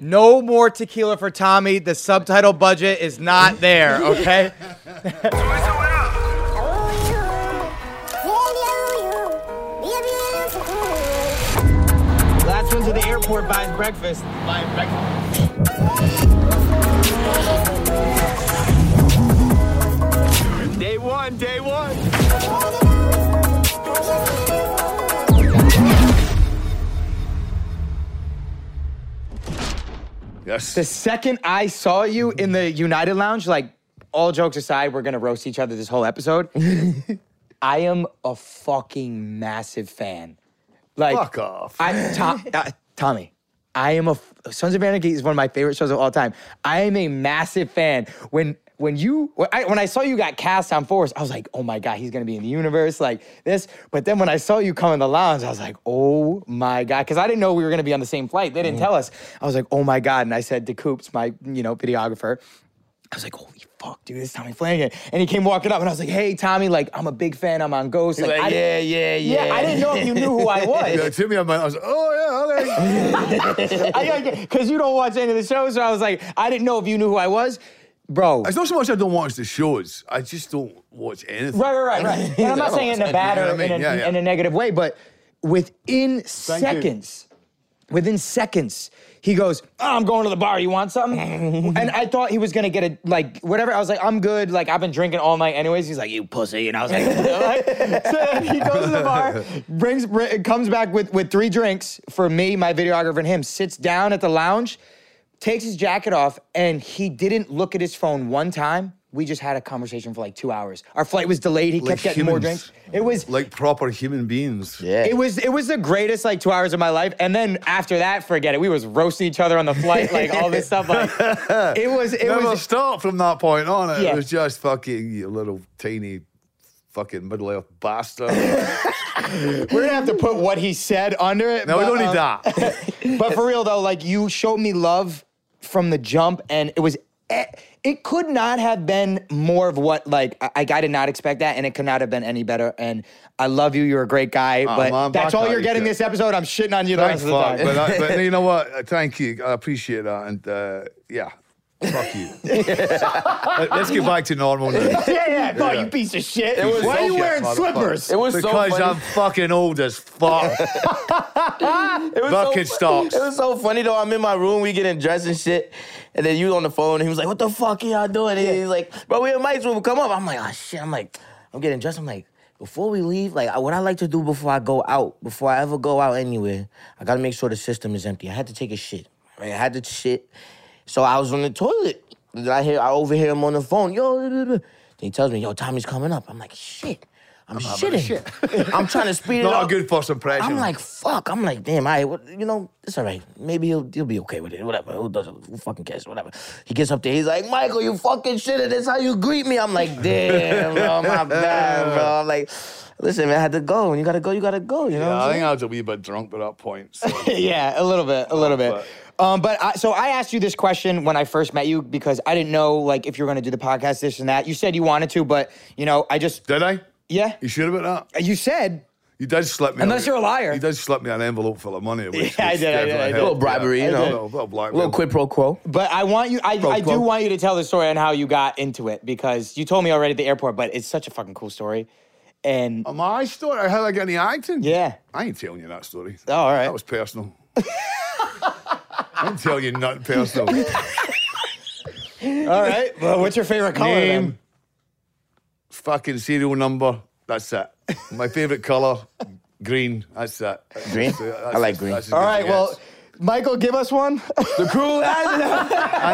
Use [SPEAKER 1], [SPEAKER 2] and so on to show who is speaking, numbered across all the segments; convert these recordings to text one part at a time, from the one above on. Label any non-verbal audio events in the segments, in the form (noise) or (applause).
[SPEAKER 1] No more tequila for Tommy. The subtitle budget is not there,
[SPEAKER 2] (laughs)
[SPEAKER 1] okay?
[SPEAKER 2] Last one to the airport buys breakfast. Buy breakfast. Day one, day one.
[SPEAKER 3] Yes.
[SPEAKER 1] The second I saw you in the United Lounge, like all jokes aside, we're gonna roast each other this whole
[SPEAKER 2] (laughs)
[SPEAKER 1] episode. I am a fucking massive fan. Like,
[SPEAKER 3] Fuck off.
[SPEAKER 1] I,
[SPEAKER 3] (laughs)
[SPEAKER 1] Tom, uh, Tommy, I am a f- Sons of Anarchy is one of my favorite shows of all time. I am a massive fan. When when you when I, when I saw you got cast on Force, I was like, oh my god, he's gonna be in the universe like this. But then when I saw you come in the lounge, I was like, oh my god, because I didn't know we were gonna be on the same flight. They didn't
[SPEAKER 3] Mm.
[SPEAKER 1] tell us. I was like, oh my god, and I said to Coops, my you know videographer, I was like, holy fuck, dude, it's Tommy Flanagan. And he came walking up and I was like, hey, Tommy, like, I'm a big fan. I'm on Ghost. Like,
[SPEAKER 4] like,
[SPEAKER 1] I,
[SPEAKER 4] yeah, yeah, yeah.
[SPEAKER 1] I didn't
[SPEAKER 4] (laughs)
[SPEAKER 1] know if you knew who I was.
[SPEAKER 3] Yeah, (laughs) Timmy, I'm, I was like, oh yeah, okay.
[SPEAKER 4] (laughs)
[SPEAKER 1] because you don't watch any of the shows, so I was like, I didn't know if you knew who I was, bro.
[SPEAKER 3] It's not so much I don't watch the shows. I just don't watch anything.
[SPEAKER 1] Right, right, right,
[SPEAKER 3] (laughs)
[SPEAKER 1] right. And I'm not saying it in a bad
[SPEAKER 3] You know
[SPEAKER 1] or
[SPEAKER 3] what I
[SPEAKER 1] in a,
[SPEAKER 3] mean? Yeah, yeah.
[SPEAKER 1] in a negative way, but within seconds, within seconds, he goes, oh, I'm going to the bar. You want
[SPEAKER 3] (laughs)
[SPEAKER 1] something? and I thought he was gonna get a like whatever. I was like, I'm good. Like I've been drinking all night anyways. He's like, you pussy. And I (laughs) was like, "What?" so then he goes to the
[SPEAKER 3] (laughs)
[SPEAKER 1] bar, brings br- comes back with with three drinks for me, my videographer, and him. Sits down at the lounge, takes his jacket off, and he didn't look at his phone one time. We just had a conversation for like two hours. Our flight was delayed. He
[SPEAKER 3] Like
[SPEAKER 1] kept getting more
[SPEAKER 3] humans.
[SPEAKER 1] drinks. It was
[SPEAKER 3] Like proper human beings.
[SPEAKER 4] Yeah.
[SPEAKER 1] it was it was the greatest like two hours of my life. And then after that, forget it. We was roasting each other on the flight, like all this stuff.
[SPEAKER 3] (laughs)
[SPEAKER 1] Like it was it
[SPEAKER 3] Never
[SPEAKER 1] was
[SPEAKER 3] start from that point on. It
[SPEAKER 1] Yeah.
[SPEAKER 3] was just fucking you little tiny fucking middle earth bastard.
[SPEAKER 1] (laughs) we're gonna have to put what he said under it.
[SPEAKER 3] no, we
[SPEAKER 1] but,
[SPEAKER 3] don't
[SPEAKER 1] um,
[SPEAKER 3] need that.
[SPEAKER 1] But for real though, like you showed me love from the jump, and it was eh, it could not have been more of what like I, I did not expect that, and it could not have been any better. And I love you. You're a great guy, but
[SPEAKER 3] man,
[SPEAKER 1] that's
[SPEAKER 3] back
[SPEAKER 1] all
[SPEAKER 3] at
[SPEAKER 1] you're
[SPEAKER 3] you,
[SPEAKER 1] getting
[SPEAKER 3] kid.
[SPEAKER 1] this episode. I'm shitting on you the rest
[SPEAKER 3] Thanks,
[SPEAKER 1] of the
[SPEAKER 3] fuck.
[SPEAKER 1] time.
[SPEAKER 3] But, I, but you know what? Uh, Thank you. I appreciate that. And uh, yeah, fuck you. Let- Let's get back to normal (laughs)
[SPEAKER 1] (laughs)
[SPEAKER 3] now.
[SPEAKER 1] yeah, yeah, no,
[SPEAKER 3] Yeah.
[SPEAKER 1] you piece of shit.
[SPEAKER 4] was
[SPEAKER 1] Why are
[SPEAKER 4] so
[SPEAKER 1] you
[SPEAKER 4] shit,
[SPEAKER 1] wearing
[SPEAKER 3] motherfucker.
[SPEAKER 1] slippers?
[SPEAKER 4] It was so
[SPEAKER 3] Because
[SPEAKER 4] funny.
[SPEAKER 3] I'm fucking old as fuck.
[SPEAKER 4] it was
[SPEAKER 3] bucket
[SPEAKER 4] so,
[SPEAKER 3] stocks.
[SPEAKER 4] It was so funny though. I'm in my room, we getting dressed and shit, and then you on the phone. And he was like, "What the fuck are y'all doing?" And he's like, "Bro, we in Mike's room. Come up." I'm like, "Ah, shit." I'm like, I'm getting dressed. I'm like, before we leave, like, what I like to do before I go out, before I ever go out anywhere, I gotta make sure the system is empty. I had to take a shit. Right? I had to shit. So I was on the toilet. Then I hear, I overhear him on the phone. Yo, blah, blah, blah. Then he tells me, "Yo, Tommy's coming up." I'm like, "Shit." I'm,
[SPEAKER 3] having a
[SPEAKER 4] shitting. (laughs) I'm trying to speed it up.
[SPEAKER 3] Not a good first impression.
[SPEAKER 4] I'm like, fuck. I'm like, damn, I, you know, it's all right. Maybe he'll, he'll be okay with it. Whatever. Who doesn't? Who fucking cares? Whatever. He gets up there. He's like, Michael, you fucking shitted. That's how you greet me. I'm like, damn, bro. My bad, bro. I'm like, listen, man, I had to go. When you gotta go, you gotta go. You know
[SPEAKER 3] Yeah,
[SPEAKER 4] what I'm
[SPEAKER 3] I
[SPEAKER 4] saying?
[SPEAKER 3] think I was a wee bit drunk by that point. So.
[SPEAKER 1] (laughs) yeah, a little bit, a little bit. Um, but I, so I asked you this question when I first met you because I didn't know like if you were going to do the podcast, this and that. You said you wanted to, but you know, I just
[SPEAKER 3] Did I?
[SPEAKER 1] yeah.
[SPEAKER 3] You sure about that?
[SPEAKER 1] You said
[SPEAKER 3] You did slip me.
[SPEAKER 1] Unless
[SPEAKER 3] a-
[SPEAKER 1] you're a liar.
[SPEAKER 3] You did slip me an envelope full of money. Which,
[SPEAKER 1] Yeah, I
[SPEAKER 3] which
[SPEAKER 1] did, I did, I
[SPEAKER 3] definitely
[SPEAKER 1] did.
[SPEAKER 3] helped,
[SPEAKER 4] Little bribery,
[SPEAKER 3] yeah.
[SPEAKER 4] you
[SPEAKER 3] A
[SPEAKER 4] know.
[SPEAKER 3] little, little
[SPEAKER 4] A little
[SPEAKER 3] blackmail.
[SPEAKER 4] quid pro quo.
[SPEAKER 1] But I want you, I, I do
[SPEAKER 3] quo.
[SPEAKER 1] want you to tell the story on how you got into it because you told me already at the airport, but it's such a fucking cool story. And oh,
[SPEAKER 3] My story. How I got any acting?
[SPEAKER 1] Yeah.
[SPEAKER 3] I ain't telling you that story.
[SPEAKER 4] Oh,
[SPEAKER 1] all right,
[SPEAKER 3] That was personal. I ain't telling you nothing
[SPEAKER 4] (laughs)
[SPEAKER 3] personal.
[SPEAKER 1] all right. Well, what's your favorite color? then?
[SPEAKER 3] Name, fucking serial number. That's it. My favorite color, green. That's it.
[SPEAKER 4] Green?
[SPEAKER 3] That's-
[SPEAKER 4] I like green.
[SPEAKER 3] that's as
[SPEAKER 1] All
[SPEAKER 3] good as
[SPEAKER 1] right.
[SPEAKER 3] it
[SPEAKER 1] Well,
[SPEAKER 3] gets.
[SPEAKER 1] Michael, give us one. The (laughs) cruel.
[SPEAKER 3] and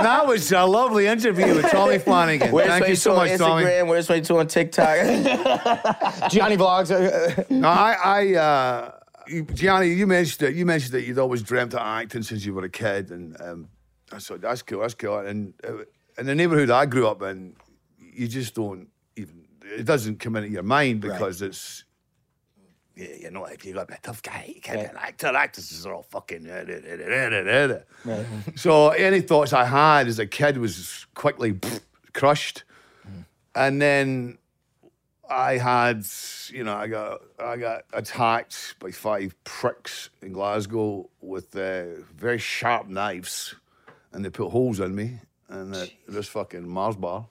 [SPEAKER 3] that was a lovely interview with
[SPEAKER 4] (laughs)
[SPEAKER 3] Tommy Flanagan.
[SPEAKER 4] Where's
[SPEAKER 3] Thank you
[SPEAKER 4] 22
[SPEAKER 3] so
[SPEAKER 4] on
[SPEAKER 3] much, Tommy.
[SPEAKER 4] Instagram? Where's 22 on TikTok? (laughs)
[SPEAKER 1] Johnny vlogs. uh, uh,
[SPEAKER 3] No, I, I uh, you, Gianni, you mentioned that you mentioned that you'd always dreamt of acting since you were a kid, and um, I thought that's cool, that's cool. And uh, in the neighbourhood I grew up in, you just don't even it doesn't come into your mind because it's. Yeah, you know, if you got a tough guy, you can't be an actor. Actors are all fucking. uh, So, any thoughts I had as a kid was quickly crushed. And then I had, you know, I got I got attacked by five pricks in Glasgow with uh, very sharp knives, and they put holes in me and uh, this fucking Mars bar.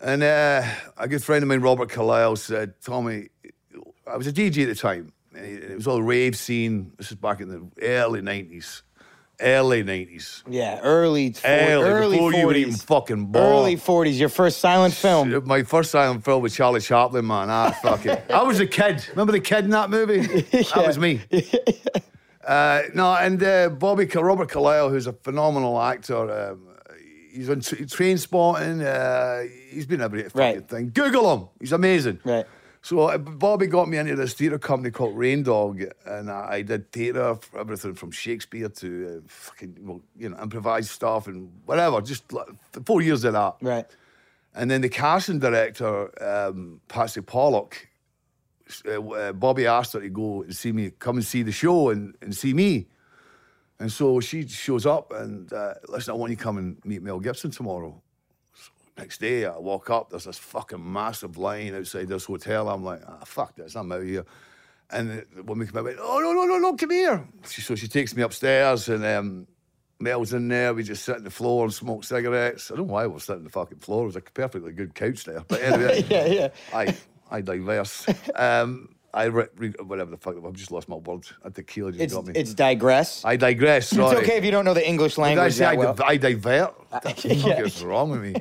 [SPEAKER 3] And uh, a good friend of mine, Robert Carlyle, said, Tommy, I was a DJ at the time. and It it was all rave scene. This is back in the early 90s. Early 90s.
[SPEAKER 1] Yeah, early, for,
[SPEAKER 3] Early,
[SPEAKER 1] early
[SPEAKER 3] before
[SPEAKER 1] 40s.
[SPEAKER 3] you were even fucking born.
[SPEAKER 1] Early 40s, your first silent film.
[SPEAKER 3] My first silent film with Charlie Chaplin, man. Ah, fuck it. I was a kid. Remember the kid in
[SPEAKER 1] (laughs)
[SPEAKER 3] that movie? That was me. Uh, no, and uh, Bobby Car- Robert Carlyle, who's a phenomenal actor. Um, he's on tra- Train Spotting. Uh, he's been every fucking
[SPEAKER 1] Right.
[SPEAKER 3] thing. Google him. He's amazing.
[SPEAKER 1] Right.
[SPEAKER 3] So uh, Bobby got me into this theatre company called Rain Dog, and I, I did theatre, for everything from Shakespeare to uh, fucking, well, you know, improvised stuff and whatever. Just like, four years of that.
[SPEAKER 1] Right. (laughs)
[SPEAKER 3] And then the casting director, um, Patsy Pollock, s- uh, w- uh, Bobby asked her to go and see me, come and see the show and, and see me. And so she shows up and, uh, listen, I want you to come and meet Mel Gibson tomorrow. So next day, I walk up, there's this fucking massive line outside this hotel. I'm like, ah, fuck this, I'm out of here. And the- the woman came out and went, oh, no, no, no, no, come here. She, so she takes me upstairs and um, Mel's in there. We just sit on the floor and smoke cigarettes. I don't know why we were sitting on the fucking floor. It was a perfectly good couch there. But anyway,
[SPEAKER 1] (laughs) Yeah, yeah.
[SPEAKER 3] I,
[SPEAKER 1] (laughs)
[SPEAKER 3] I diverse. Um, I re- re- whatever the fuck, I've just lost my words. A tequila just
[SPEAKER 1] It's,
[SPEAKER 3] got me.
[SPEAKER 1] it's digress.
[SPEAKER 3] I digress, sorry.
[SPEAKER 1] it's okay if you don't know the English
[SPEAKER 3] Did I
[SPEAKER 1] language
[SPEAKER 3] say I,
[SPEAKER 1] that well. Uh,
[SPEAKER 3] di- I divert?
[SPEAKER 1] (laughs)
[SPEAKER 3] What the
[SPEAKER 1] yeah.
[SPEAKER 3] fuck is wrong
[SPEAKER 1] (laughs)
[SPEAKER 3] with me?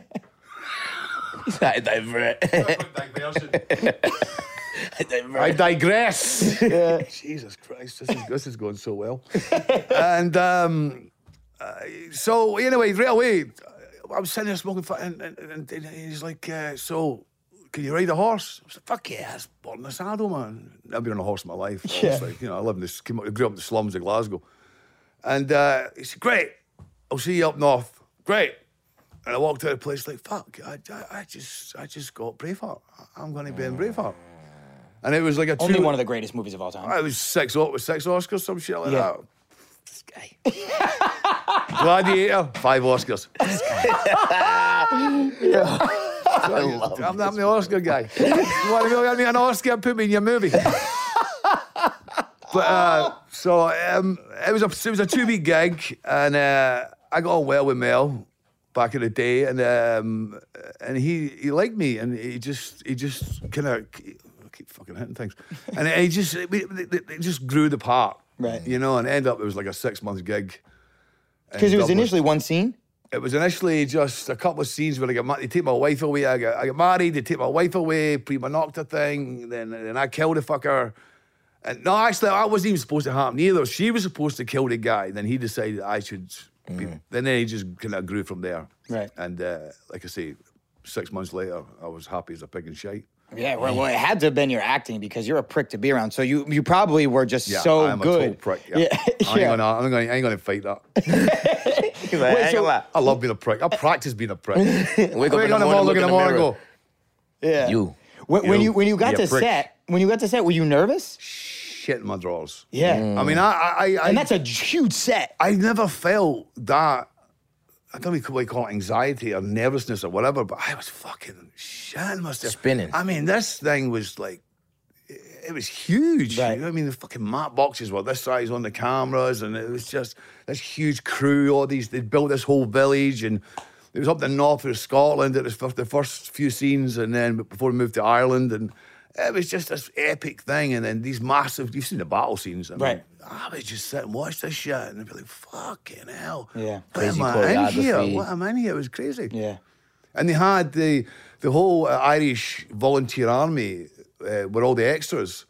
[SPEAKER 4] I divert. (laughs) I divert.
[SPEAKER 3] I digress. Jesus Christ, this is, this is going so well. and um, uh, so, anyway, right away, I was sitting there smoking, fi- and, and, and, and he's like, uh, So, can you ride a horse? I was like, Fuck yeah, it's born in the saddle, man. I've been on a horse my life.
[SPEAKER 1] Yeah.
[SPEAKER 3] Obviously. You know, I live in this, came up, grew up in the slums of Glasgow. And uh, he said, Great, I'll see you up north. Great. And I walked out of the place like, fuck, I, I, I just I just got Braveheart. I'm going to be in Braveheart. And it was like a
[SPEAKER 1] Only
[SPEAKER 3] two,
[SPEAKER 1] one of the greatest movies of all time.
[SPEAKER 3] I was six, o- was six Oscars, some shit like
[SPEAKER 1] Yeah.
[SPEAKER 3] that. This guy. (laughs) Gladiator, five Oscars. (laughs)
[SPEAKER 4] (laughs) I love
[SPEAKER 3] I'm not the Oscar guy. You want to give me an Oscar and put me in your
[SPEAKER 4] (laughs)
[SPEAKER 3] movie? but uh, so um, it was a it was a two week gig, and uh, I got on well with Mel back in the day, and um, and he he liked me, and he just he just kind of I keep fucking
[SPEAKER 1] (laughs)
[SPEAKER 3] hitting things, and he just it, it, it just grew the part,
[SPEAKER 1] Right.
[SPEAKER 3] You know, and end up it was like a six month gig.
[SPEAKER 1] Because it was
[SPEAKER 3] Dublin.
[SPEAKER 1] initially one scene.
[SPEAKER 3] It was initially just a couple of scenes where I got ma- they take my wife away. I got, I got married. They take my wife away. Prima Nocta thing. Then then I kill the fucker. And no, actually, I wasn't even supposed to happen either. She was supposed to kill the guy. Then he decided I should. Be, then he just kind of grew from there.
[SPEAKER 1] Right.
[SPEAKER 3] And uh, like I say, six months later, I was happy as a pig in shite.
[SPEAKER 1] Yeah, well, well, it had to have been your acting because you're a prick to be around. So you you probably were just
[SPEAKER 3] Yeah,
[SPEAKER 1] so
[SPEAKER 3] I'm
[SPEAKER 1] good.
[SPEAKER 3] a total prick. Yeah. I ain't
[SPEAKER 1] (laughs) yeah.
[SPEAKER 3] gonna. I'm gonna. I ain't gonna fight that.
[SPEAKER 4] it. Like, I ain't
[SPEAKER 1] so-
[SPEAKER 4] gonna lie.
[SPEAKER 3] I love being a prick. I practice being a prick. Wake
[SPEAKER 4] Wake up in
[SPEAKER 3] morning,
[SPEAKER 4] the morning,
[SPEAKER 3] look in the morning, and
[SPEAKER 4] mirror.
[SPEAKER 3] go.
[SPEAKER 1] yeah.
[SPEAKER 4] You.
[SPEAKER 1] When, when
[SPEAKER 3] You.
[SPEAKER 1] you when you got
[SPEAKER 3] You
[SPEAKER 1] to
[SPEAKER 3] prick.
[SPEAKER 1] set, when you got to set, were you nervous?
[SPEAKER 3] Shit Mm. in my drawers.
[SPEAKER 1] Yeah.
[SPEAKER 3] I mean, I, I, I
[SPEAKER 1] Mm. And that's a huge set.
[SPEAKER 3] I never felt that. I don't know if we call it anxiety or nervousness or whatever, but I was fucking shitting myself.
[SPEAKER 4] Spinning.
[SPEAKER 3] I mean, this thing was like, it it was huge.
[SPEAKER 1] Right.
[SPEAKER 3] You know what I mean? The fucking mat boxes were this size on the cameras, and it was just this huge crew. All these, they built this whole village, and it was up the north of Scotland. It was for the first few scenes, and then before we moved to Ireland, and it was just this epic thing. And then these massive, you've seen the battle scenes. I mean,
[SPEAKER 1] Right.
[SPEAKER 3] I would just sit and watch this shit and I'd be like, fucking hell.
[SPEAKER 1] Yeah.
[SPEAKER 3] What am
[SPEAKER 4] Crazy
[SPEAKER 3] I in here?
[SPEAKER 4] choreography.
[SPEAKER 3] What am I in here? It was crazy.
[SPEAKER 1] Yeah.
[SPEAKER 3] And they had the the whole uh, Irish volunteer army uh, were all the extras.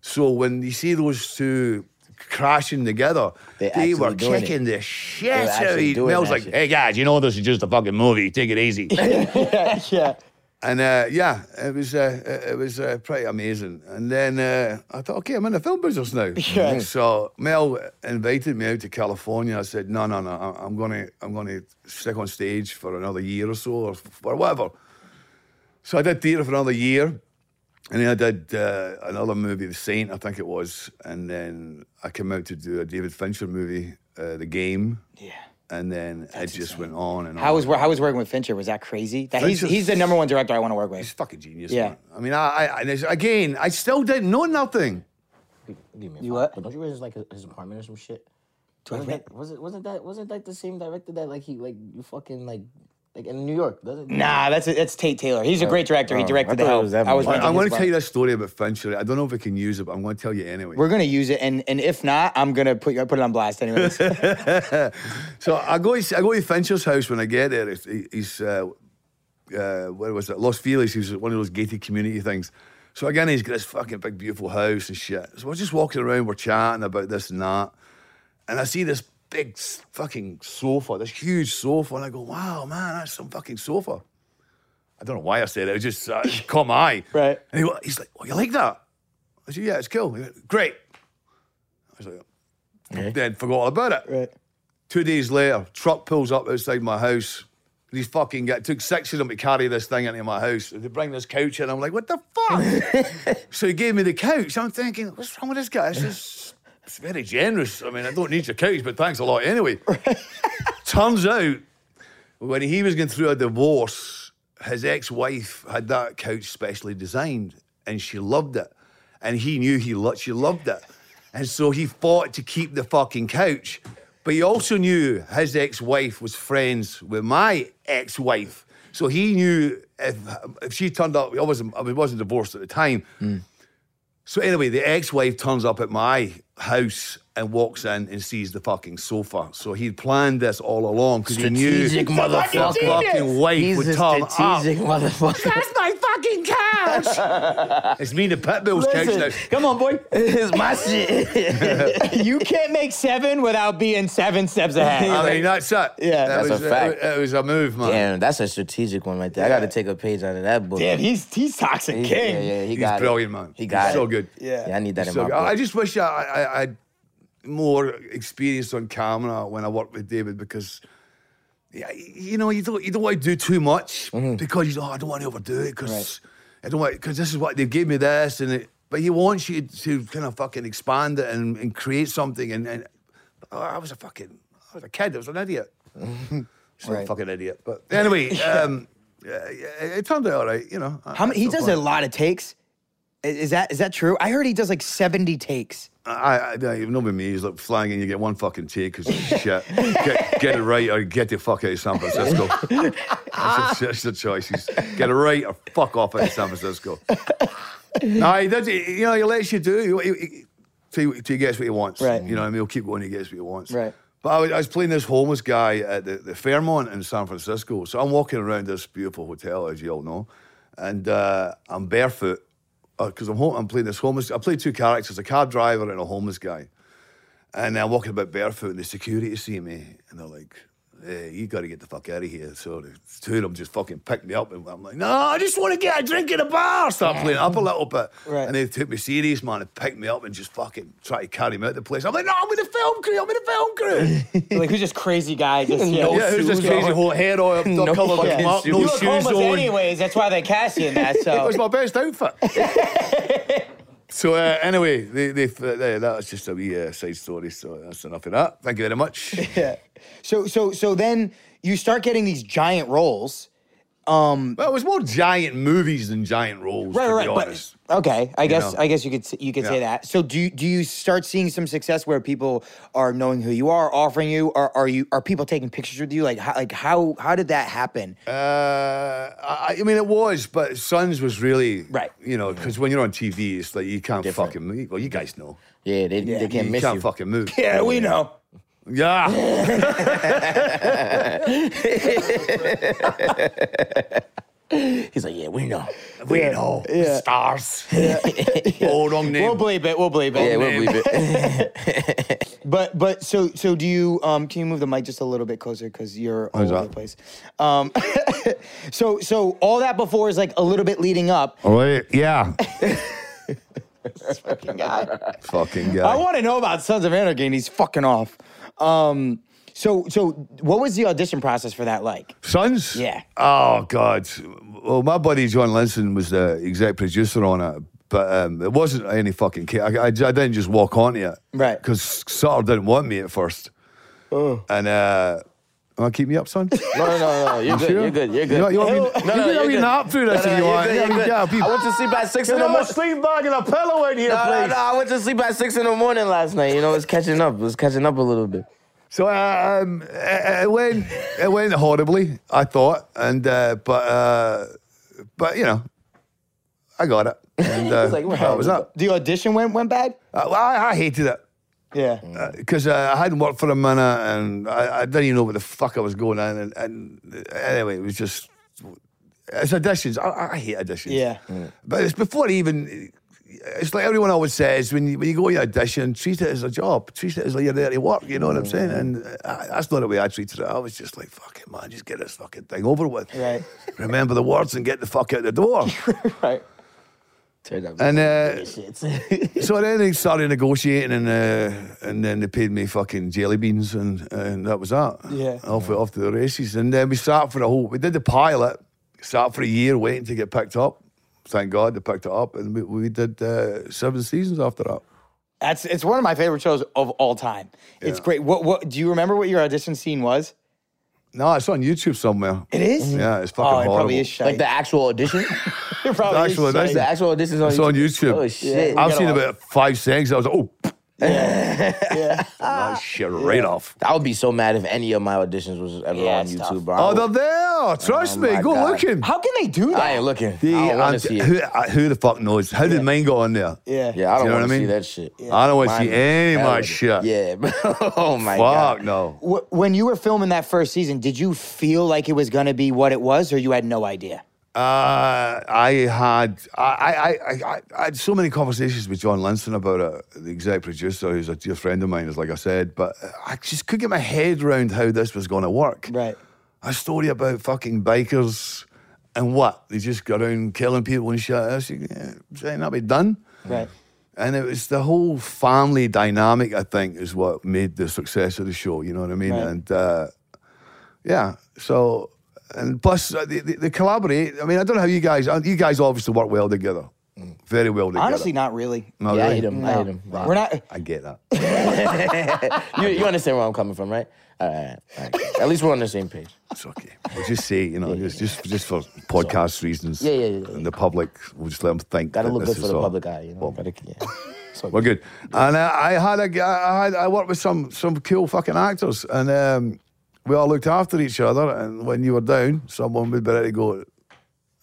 [SPEAKER 3] So when you see those two crashing together,
[SPEAKER 4] They
[SPEAKER 3] they,
[SPEAKER 4] actually
[SPEAKER 3] were
[SPEAKER 4] doing it.
[SPEAKER 3] kicking the shit out of
[SPEAKER 4] actually
[SPEAKER 3] each-
[SPEAKER 4] doing
[SPEAKER 3] Mel's
[SPEAKER 4] that
[SPEAKER 3] like,
[SPEAKER 4] shit.
[SPEAKER 3] hey guys, you know this is just a fucking movie. Take it easy.
[SPEAKER 1] (laughs) Yeah.
[SPEAKER 3] And uh, yeah, it was uh, it- it was uh, pretty amazing. And then uh, I thought, okay, I'm in the film business now.
[SPEAKER 1] Yeah.
[SPEAKER 3] So Mel invited me out to California. I said, no, no, no, I- I'm gonna I'm gonna stick on stage for another year or so or, f- or whatever. So I did theatre for another year, and then I did uh, another movie, The Saint, I think it was. And then I came out to do a David Fincher movie, uh, The Game.
[SPEAKER 1] Yeah.
[SPEAKER 3] And then it just went on and on.
[SPEAKER 1] How was wor- how was working with Fincher? Was that crazy? That he's
[SPEAKER 3] Fincher's-
[SPEAKER 1] he's the number one director I want to work
[SPEAKER 3] He's
[SPEAKER 1] with.
[SPEAKER 3] fucking genius.
[SPEAKER 1] Yeah.
[SPEAKER 3] man. I mean, I, I and it's, again, I still didn't know nothing.
[SPEAKER 4] Leave
[SPEAKER 1] You
[SPEAKER 4] me alone.
[SPEAKER 1] what?
[SPEAKER 4] But don't you realize like his apartment or some shit?
[SPEAKER 1] Do I
[SPEAKER 4] Wasn't
[SPEAKER 1] rent?
[SPEAKER 4] that, was it, wasn't that wasn't that the same director that like he like you fucking like like in New York? Doesn't
[SPEAKER 1] Nah, that's that's Tate Taylor. He's a great director. He
[SPEAKER 5] Oh,
[SPEAKER 1] directed
[SPEAKER 5] I
[SPEAKER 1] the
[SPEAKER 5] thought it
[SPEAKER 1] Help.
[SPEAKER 5] was that
[SPEAKER 1] I was
[SPEAKER 5] one.
[SPEAKER 1] renting
[SPEAKER 3] I'm going
[SPEAKER 1] his
[SPEAKER 3] to
[SPEAKER 1] bar.
[SPEAKER 3] tell you that story about Fincher. I don't know if we can use it, but I'm going to tell you anyway.
[SPEAKER 1] We're gonna use it, and and if not, I'm gonna put you put it on blast
[SPEAKER 3] (laughs)
[SPEAKER 1] anyways.
[SPEAKER 3] So I go, I go to Fincher's house when I get there. It's- he- He's, uh, uh, where was it? Los Feliz. He was at one of those gated community things. So again, he's got this fucking big, beautiful house and shit. So we're just walking around, we're chatting about this and that. And I see this big s- fucking sofa, this huge sofa. And I go, wow, man, that's some fucking sofa. I don't know why I said it. It just uh, caught my eye.
[SPEAKER 1] Right.
[SPEAKER 3] And he, wa- he's like, oh, you like that? I said, yeah, it's cool. He went, Great. I was like, then forgot all about it.
[SPEAKER 1] right.
[SPEAKER 3] Two days later, truck pulls up outside my house. These fucking guys took six of them to carry this thing into my house. They bring this couch in. I'm like, what the fuck? so he gave me the couch. I'm thinking, what's wrong with this guy? This is it's very generous. I mean, I don't need your couch, but thanks a lot anyway. Turns out, when he was going through a divorce, his ex-wife had that couch specially designed, and she loved it, and he knew he lo- she loved it, and so he fought to keep the fucking couch, but he also knew his ex-wife was friends with my ex-wife, so he knew if if she turned up, I wasn't I wasn't divorced at the time.
[SPEAKER 4] Mm.
[SPEAKER 3] So anyway, the ex-wife turns up at my house and walks in and sees the fucking sofa. So he'd planned this all along because he knew
[SPEAKER 4] Strategic
[SPEAKER 3] his
[SPEAKER 4] motherfucker.
[SPEAKER 3] fucking wife
[SPEAKER 4] He's
[SPEAKER 3] would
[SPEAKER 4] a
[SPEAKER 3] turn
[SPEAKER 4] strategic (laughs) motherfucker.
[SPEAKER 3] That's my fucking couch.
[SPEAKER 4] (laughs)
[SPEAKER 3] it's me and the Pitbull's couch now.
[SPEAKER 1] Come on, boy.
[SPEAKER 4] it's my
[SPEAKER 1] (laughs)
[SPEAKER 4] shit.
[SPEAKER 1] you can't make seven without being seven
[SPEAKER 3] (laughs)
[SPEAKER 1] steps ahead.
[SPEAKER 3] I mean, that's it.
[SPEAKER 1] Yeah.
[SPEAKER 3] That
[SPEAKER 1] That's
[SPEAKER 4] a
[SPEAKER 3] was,
[SPEAKER 4] fact.
[SPEAKER 3] It, was a move, man.
[SPEAKER 4] Damn, that's a strategic one right there. I got to take a page out of that book.
[SPEAKER 1] Damn, he's he's toxic
[SPEAKER 4] He-
[SPEAKER 1] king.
[SPEAKER 4] Yeah, yeah, he
[SPEAKER 3] He's
[SPEAKER 4] got it.
[SPEAKER 3] brilliant, man.
[SPEAKER 4] He got
[SPEAKER 3] He's so
[SPEAKER 4] it.
[SPEAKER 3] good.
[SPEAKER 1] Yeah.
[SPEAKER 4] Yeah, I need that in
[SPEAKER 3] So
[SPEAKER 4] my
[SPEAKER 3] I I
[SPEAKER 4] book.
[SPEAKER 3] just wish I, I, I had more experience on camera when I worked with David because, yeah, you know, you don't you don't want to do too much
[SPEAKER 1] Mm-hmm.
[SPEAKER 3] because you know I don't want to overdo it because I don't want because this is what they gave me this and it, but he wants you to kind of fucking expand it and, and create something and, and oh, I was a fucking I was a kid I was an idiot. Still a
[SPEAKER 1] Mm-hmm. Right.
[SPEAKER 3] fucking idiot, but
[SPEAKER 1] (laughs)
[SPEAKER 3] anyway, um, yeah, yeah, it turned out all right, you know.
[SPEAKER 1] How many? He does a lot of takes. I- Is that is that true? I heard he does like seventy takes.
[SPEAKER 3] I, I, I no, with me, he's like flying and you get one fucking take because shit. Get, get it right or get the fuck out of San Francisco. that's, the, that's the choices. Get it right or fuck off out of San Francisco. no, he does. He, you know, he lets you do. He, he, he, till he- till he gets what he wants.
[SPEAKER 1] Right.
[SPEAKER 3] You know what I mean? He'll keep going. He gets what he wants.
[SPEAKER 1] Right.
[SPEAKER 3] But I was, I was playing this homeless guy at the, the Fairmont in San Francisco. So I'm walking around this beautiful hotel, as you all know, and uh, I'm barefoot because uh, I'm home, I'm playing this homeless. I play two characters: a car driver and a homeless guy. And I'm walking about barefoot, and the security see me, and they're like, "Hey, you got to get the fuck out of here." So the two of them just fucking picked me up, and I'm like, "No, I just want to get a drink at a bar." Start playing up a little bit,
[SPEAKER 1] Right.
[SPEAKER 3] and they took me serious, man, and picked me up and just fucking tried to carry me out the place. I'm like, "No, I'm with the film crew. I'm with the film
[SPEAKER 1] (laughs)
[SPEAKER 3] crew."
[SPEAKER 4] (laughs)
[SPEAKER 1] like who's just crazy guy? Just yeah.
[SPEAKER 4] Oh,
[SPEAKER 3] yeah, who's this
[SPEAKER 4] shoes
[SPEAKER 3] crazy
[SPEAKER 4] on.
[SPEAKER 3] whole hair oil,
[SPEAKER 4] (laughs)
[SPEAKER 3] no covered
[SPEAKER 4] fucking
[SPEAKER 3] mark,
[SPEAKER 4] shoes.
[SPEAKER 3] no
[SPEAKER 4] You
[SPEAKER 1] You look
[SPEAKER 3] shoes
[SPEAKER 1] homeless
[SPEAKER 3] on?
[SPEAKER 1] anyways. That's why they cast you in that.
[SPEAKER 3] It (laughs)
[SPEAKER 1] So
[SPEAKER 3] was my best outfit.
[SPEAKER 1] (laughs)
[SPEAKER 3] so uh, anyway, they, they, they, that was just a wee uh, side story. So that's enough of that. Thank you very
[SPEAKER 1] (laughs)
[SPEAKER 3] much.
[SPEAKER 1] so so so then you start getting these giant roles. Um,
[SPEAKER 3] well, it was more giant movies than giant roles, to be honest.
[SPEAKER 1] But, okay, I guess
[SPEAKER 3] know.
[SPEAKER 1] I guess you could s- you could say
[SPEAKER 3] Yeah.
[SPEAKER 1] that. So do you- do you start seeing some success where people are knowing who you are, offering you, or are you are people taking pictures with you? Like how, like how how did that happen?
[SPEAKER 3] Uh, I, I mean, it was, but Sons was really
[SPEAKER 1] Right.
[SPEAKER 3] You know, because when you're on TV, it's like you can't fucking move. Well, you guys know.
[SPEAKER 4] Yeah, they, they can't
[SPEAKER 3] you
[SPEAKER 4] miss
[SPEAKER 3] can't
[SPEAKER 4] you.
[SPEAKER 3] fucking move.
[SPEAKER 1] yeah, we know. (laughs)
[SPEAKER 3] Yeah.
[SPEAKER 4] He's like, yeah, we know.
[SPEAKER 3] we know.
[SPEAKER 1] (laughs)
[SPEAKER 3] Stars. oh, wrong name.
[SPEAKER 1] We'll believe it. We'll believe
[SPEAKER 3] Oh,
[SPEAKER 1] it.
[SPEAKER 4] Yeah, we'll believe
[SPEAKER 3] (laughs)
[SPEAKER 4] it.
[SPEAKER 1] But but so so do you um can you move the mic just a little bit closer because you're all
[SPEAKER 3] How's
[SPEAKER 1] over
[SPEAKER 3] that?
[SPEAKER 1] the place. Um (laughs) so so all that before is like a little bit leading up.
[SPEAKER 3] All right. Yeah. fucking guy.
[SPEAKER 1] I want to know about Sons of Anarchy and he's fucking off. Um so so what was the audition process for that like?
[SPEAKER 3] Sons?
[SPEAKER 1] Yeah.
[SPEAKER 3] Oh God. Well, my buddy John Linson was the exec producer on it, but um, it wasn't any fucking kid. I, I, I didn't just walk onto it,
[SPEAKER 1] Right.
[SPEAKER 4] Oh.
[SPEAKER 3] Because Sutter didn't want me at first, and uh, Want to keep me up,
[SPEAKER 4] (laughs)
[SPEAKER 3] son?
[SPEAKER 4] No, no, no, no. You're good.
[SPEAKER 3] sure?
[SPEAKER 4] You're good. You're
[SPEAKER 3] You
[SPEAKER 4] good.
[SPEAKER 3] want- you want
[SPEAKER 4] (laughs)
[SPEAKER 3] me- you can
[SPEAKER 4] Ew.
[SPEAKER 3] have me not through this
[SPEAKER 4] No, no,
[SPEAKER 3] if you
[SPEAKER 4] you're
[SPEAKER 3] want.
[SPEAKER 4] good,
[SPEAKER 3] Yeah,
[SPEAKER 4] you're
[SPEAKER 3] yeah,
[SPEAKER 4] good.
[SPEAKER 3] yeah, people-
[SPEAKER 4] I went to sleep at six in
[SPEAKER 5] Get
[SPEAKER 4] the
[SPEAKER 5] out a
[SPEAKER 4] morning.
[SPEAKER 5] sleep bag and a pillow
[SPEAKER 3] (laughs)
[SPEAKER 5] in here,
[SPEAKER 4] No, no,
[SPEAKER 5] please.
[SPEAKER 4] no. I went to sleep at six in the morning last night. You know, it's catching up. It's catching up a little bit.
[SPEAKER 3] So uh, um, it, it went it went horribly, I thought, and uh, but uh, but you know, I got it,
[SPEAKER 4] (laughs)
[SPEAKER 3] and uh,
[SPEAKER 4] like, what
[SPEAKER 3] that was
[SPEAKER 4] happened?
[SPEAKER 3] up. Uh,
[SPEAKER 1] The audition went went bad.
[SPEAKER 3] I, I hated it
[SPEAKER 1] Yeah.
[SPEAKER 3] because uh, I hadn't worked for a minute, and I, I didn't even know what the fuck I was going on. And, and anyway, it was just it's auditions. I, I hate auditions.
[SPEAKER 1] Yeah.
[SPEAKER 3] but it's before even. It's like everyone always says when you, when you go to audition, treat it as a job, treat it as like you're there to work. You know what I'm saying? And uh, I, that's not the way I treated it. I was just like, "Fuck it, man, just get this fucking thing over with."
[SPEAKER 1] Right.
[SPEAKER 3] Remember the words and get the fuck out
[SPEAKER 1] (laughs)
[SPEAKER 3] the door.
[SPEAKER 1] (laughs) Right.
[SPEAKER 4] Turned up.
[SPEAKER 3] and uh,
[SPEAKER 4] shit.
[SPEAKER 1] (laughs)
[SPEAKER 3] so then they started negotiating, and uh, and then they paid me fucking jelly beans, and and that was that.
[SPEAKER 1] Yeah.
[SPEAKER 3] Off off to the races, and then we sat for a whole. We did the pilot, sat for a year waiting to get picked up. Thank God they picked it up, and we, we did uh, seven seasons after that.
[SPEAKER 1] That's it's one of my favorite shows of all time. It's great. What what do you remember what your audition scene was?
[SPEAKER 3] No, it's on YouTube somewhere.
[SPEAKER 1] It is?
[SPEAKER 3] Yeah, it's fucking
[SPEAKER 1] Oh, it
[SPEAKER 3] horrible.
[SPEAKER 1] probably is shite.
[SPEAKER 4] like the actual
[SPEAKER 3] (laughs)
[SPEAKER 4] audition.
[SPEAKER 1] (laughs) It probably is
[SPEAKER 3] actual
[SPEAKER 1] shite.
[SPEAKER 3] audition.
[SPEAKER 4] the actual audition on
[SPEAKER 3] It's on YouTube.
[SPEAKER 4] Oh shit.
[SPEAKER 3] I've
[SPEAKER 1] gotta
[SPEAKER 3] seen
[SPEAKER 1] watch
[SPEAKER 3] about five seconds. I was like, oh,
[SPEAKER 1] Yeah. (laughs)
[SPEAKER 3] nice shit right off.
[SPEAKER 4] I would be so mad if any of my auditions was ever
[SPEAKER 1] Yeah,
[SPEAKER 4] on
[SPEAKER 1] it's
[SPEAKER 4] YouTube,
[SPEAKER 1] tough.
[SPEAKER 4] bro.
[SPEAKER 3] Oh, they're there. Trust
[SPEAKER 4] Oh
[SPEAKER 3] me.
[SPEAKER 4] my
[SPEAKER 3] Go
[SPEAKER 4] God.
[SPEAKER 3] looking.
[SPEAKER 1] How can they do that?
[SPEAKER 4] I ain't looking.
[SPEAKER 3] The-
[SPEAKER 4] I don't want
[SPEAKER 3] I'm- (laughs)
[SPEAKER 4] to see it.
[SPEAKER 3] who, I- who the fuck knows? How did mine go on there?
[SPEAKER 1] yeah.
[SPEAKER 4] Yeah, I
[SPEAKER 3] you
[SPEAKER 4] don't
[SPEAKER 3] know
[SPEAKER 4] want
[SPEAKER 3] what I
[SPEAKER 4] to see
[SPEAKER 3] mean?
[SPEAKER 4] that shit.
[SPEAKER 3] I don't want to see
[SPEAKER 4] Mine-
[SPEAKER 3] any of
[SPEAKER 4] hell
[SPEAKER 3] my
[SPEAKER 4] with it.
[SPEAKER 3] shit.
[SPEAKER 4] Yeah. (laughs) bro. oh my
[SPEAKER 3] Fuck
[SPEAKER 4] god.
[SPEAKER 3] no.
[SPEAKER 1] Wh- When you were filming that first season, did you feel like it was gonna be what it was, or you had no idea?
[SPEAKER 3] Uh, I had I, I, I, I, I had so many conversations with John Linson about it, the exec producer, who's a dear friend of mine, as like I said, but uh, I just couldn't get my head around how this was going to work.
[SPEAKER 1] Right.
[SPEAKER 3] A story about fucking bikers and what they just go around killing people and shit. I was like, yeah, saying that be done.
[SPEAKER 1] Right.
[SPEAKER 3] And it was the whole family dynamic, I think, is what made the success of the show. You know what I mean?
[SPEAKER 1] Right.
[SPEAKER 3] And uh, yeah, so and plus uh, they, they, they collaborate. I mean, I don't know how you guys. uh, You guys obviously work well together,
[SPEAKER 4] Mm.
[SPEAKER 3] very well together.
[SPEAKER 1] Honestly, not really.
[SPEAKER 3] No,
[SPEAKER 4] Yeah, I
[SPEAKER 3] really?
[SPEAKER 4] hate him. I hate him.
[SPEAKER 1] We're not.
[SPEAKER 3] I get that.
[SPEAKER 4] You, you understand where I'm coming from, right? All right, all right. At least we're on the same page.
[SPEAKER 3] It's okay. We'll just say, you know, just, just just for podcast reasons.
[SPEAKER 4] Yeah, yeah, yeah,
[SPEAKER 3] And the public, we'll just let them think.
[SPEAKER 4] Gotta
[SPEAKER 3] that
[SPEAKER 4] look
[SPEAKER 3] this
[SPEAKER 4] good for
[SPEAKER 3] is
[SPEAKER 4] the
[SPEAKER 3] all-
[SPEAKER 4] public eye, you know.
[SPEAKER 3] Well,
[SPEAKER 4] Gotta, yeah. So
[SPEAKER 3] We're good. And uh, I had a, g- I had, I worked with some some cool fucking actors, and um, we all looked after each other. And when you were down, someone would be ready to go.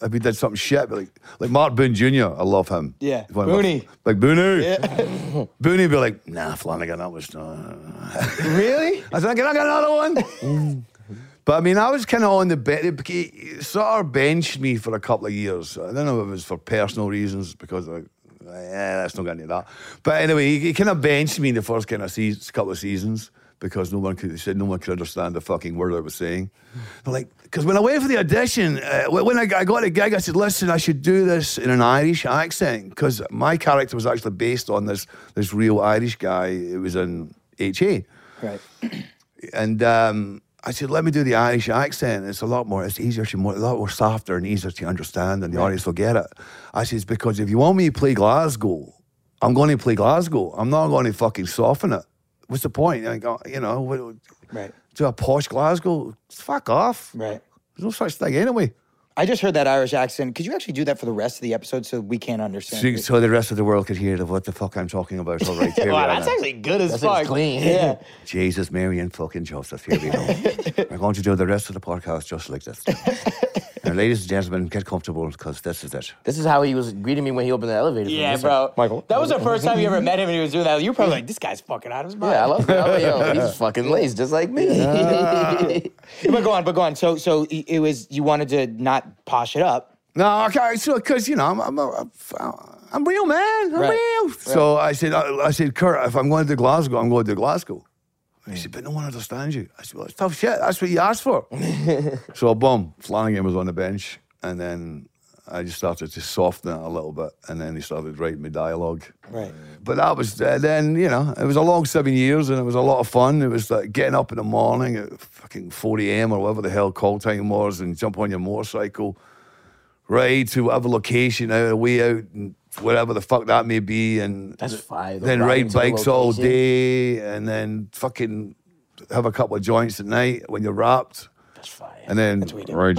[SPEAKER 3] If you did something shit, but like like Mark Boone Jr., I love him.
[SPEAKER 1] Yeah.
[SPEAKER 3] He's one of my-
[SPEAKER 1] Booney.
[SPEAKER 3] like Booney. (laughs)
[SPEAKER 1] (laughs)
[SPEAKER 3] Booney would be like, nah, Flanagan, that was (laughs) not.
[SPEAKER 1] Really?
[SPEAKER 3] I said, can I get another one? but I mean, I was kind of on the bench. He sort of benched me for a couple of years. I don't know if it was for personal reasons because like, yeah, that's not going to that. But anyway, he, he kind of benched me in the first kind of seas couple of seasons because no one could. He said no one could understand the fucking word I was saying. I'm like, because when I went for the audition, uh, when when I, g- I got a gig, I said, listen, I should do this in an Irish accent because my character was actually based on this this real Irish guy. It was in HA
[SPEAKER 1] Right.
[SPEAKER 3] and um, I said, let me do the Irish accent. It's a lot more, it's easier to, more, a lot more softer and easier to understand, and the audience will get it. I says, because if you want me to play Glasgow, I'm going to play Glasgow. I'm not going to fucking soften it. What's the point? Like, uh, you know, what,
[SPEAKER 1] Right.
[SPEAKER 3] do a posh Glasgow? Fuck off.
[SPEAKER 1] Right.
[SPEAKER 3] There's no such thing anyway.
[SPEAKER 1] I just heard that Irish accent. Could you actually do that for the rest of the episode so we can't understand?
[SPEAKER 3] So,
[SPEAKER 1] it?
[SPEAKER 3] so the rest of the world could hear the, what the fuck I'm talking about.
[SPEAKER 1] (laughs)
[SPEAKER 3] So right here we
[SPEAKER 1] Wow,
[SPEAKER 3] are
[SPEAKER 1] that's
[SPEAKER 3] now.
[SPEAKER 1] actually good as
[SPEAKER 4] That's
[SPEAKER 1] fuck.
[SPEAKER 4] it's clean.
[SPEAKER 1] Yeah. (laughs)
[SPEAKER 3] Jesus, Mary, and fucking Joseph. Here we (laughs) go. We're going to do the rest of the podcast just like (laughs) this. now, ladies and gentlemen, get comfortable because this is it.
[SPEAKER 4] This is how he was greeting me when he opened the elevator. for me.
[SPEAKER 1] Yeah,
[SPEAKER 4] He's
[SPEAKER 1] bro.
[SPEAKER 4] like, Michael.
[SPEAKER 1] That was the first time you ever met him and he was doing that. You were probably like, this guy's fucking out of his mind.
[SPEAKER 4] Yeah, I love that. I'm like,
[SPEAKER 3] (laughs)
[SPEAKER 4] yo, he's fucking laced just like me.
[SPEAKER 1] but go on, but go on. So, so i- it was, you wanted to not posh it up.
[SPEAKER 3] No, okay, so because you know I'm I'm, a, I'm real, man. I'm
[SPEAKER 1] Right.
[SPEAKER 3] real. So I said I, I said Kurt, if I'm going to Glasgow, I'm going to Glasgow. He said, but no one understands you. I said, well, it's tough shit. That's what you asked (laughs) for. so boom, Flanagan was on the bench, and then I just started to soften it a little bit, and then he started writing me dialogue.
[SPEAKER 1] Right.
[SPEAKER 3] But that was uh, then, you know, it was a long seven years and it was a lot of fun. It was like getting up in the morning at fucking 4 a.m. or whatever the hell call time was and jump on your motorcycle, ride to whatever location, out the way out, and whatever the fuck that may be. And
[SPEAKER 4] That's fire, though,
[SPEAKER 3] Then
[SPEAKER 4] riding
[SPEAKER 3] ride
[SPEAKER 4] to the
[SPEAKER 3] bikes all
[SPEAKER 4] location.
[SPEAKER 3] day and then fucking have a couple of joints at night when you're wrapped,
[SPEAKER 4] (laughs) That's fire.
[SPEAKER 3] and then
[SPEAKER 5] Ride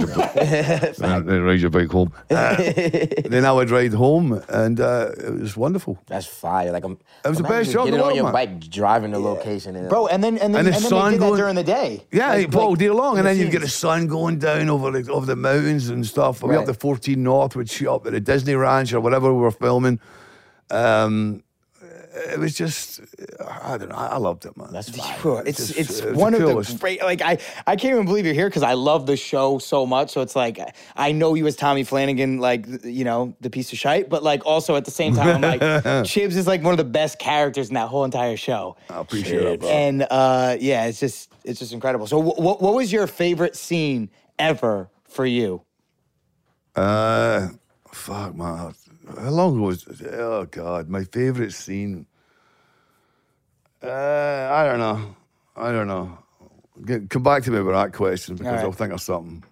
[SPEAKER 4] (laughs)
[SPEAKER 5] your bike. (laughs) then, then ride your bike home.
[SPEAKER 3] Ah. (laughs) then I would ride home, and uh, it was wonderful.
[SPEAKER 4] That's fire. Like I'm. It
[SPEAKER 3] was the best show in the
[SPEAKER 4] Getting on
[SPEAKER 3] world,
[SPEAKER 4] your
[SPEAKER 3] man.
[SPEAKER 4] bike, driving the location, and
[SPEAKER 1] Bro, and then and then and,
[SPEAKER 3] And the
[SPEAKER 1] then they
[SPEAKER 3] sun
[SPEAKER 1] did that
[SPEAKER 3] going-
[SPEAKER 1] during the day.
[SPEAKER 3] Yeah,
[SPEAKER 1] Like-
[SPEAKER 3] it all
[SPEAKER 1] like-
[SPEAKER 3] day long, and then you'd
[SPEAKER 1] machines.
[SPEAKER 3] get the sun going down over the over the mountains and stuff. We
[SPEAKER 1] Right.
[SPEAKER 3] up the 14 North, would shoot up at the Disney Ranch or whatever we were filming. Um, it was just, I don't know, I I loved it, man.
[SPEAKER 4] that's fire.
[SPEAKER 1] Bro, it's
[SPEAKER 3] Just,
[SPEAKER 1] it's
[SPEAKER 3] it was the
[SPEAKER 1] one of the
[SPEAKER 3] coolest.
[SPEAKER 1] great. Like I, I can't even believe you're here because I love the show so much. So it's like I know you as Tommy Flanagan, like th- you know the piece of shite, but like also at the same time, I'm
[SPEAKER 3] (laughs)
[SPEAKER 1] like Chibs is like one of the best characters in that whole entire show.
[SPEAKER 3] I appreciate it, bro.
[SPEAKER 1] And uh, yeah, it's just it's just incredible. So wh- wh- what was your favorite scene ever for you?
[SPEAKER 3] Uh, fuck, man. How long ago was? Oh God, my favorite scene. Uh, I don't know. I don't know. Get, come back to me with that question because
[SPEAKER 1] right.
[SPEAKER 3] I'll think of something.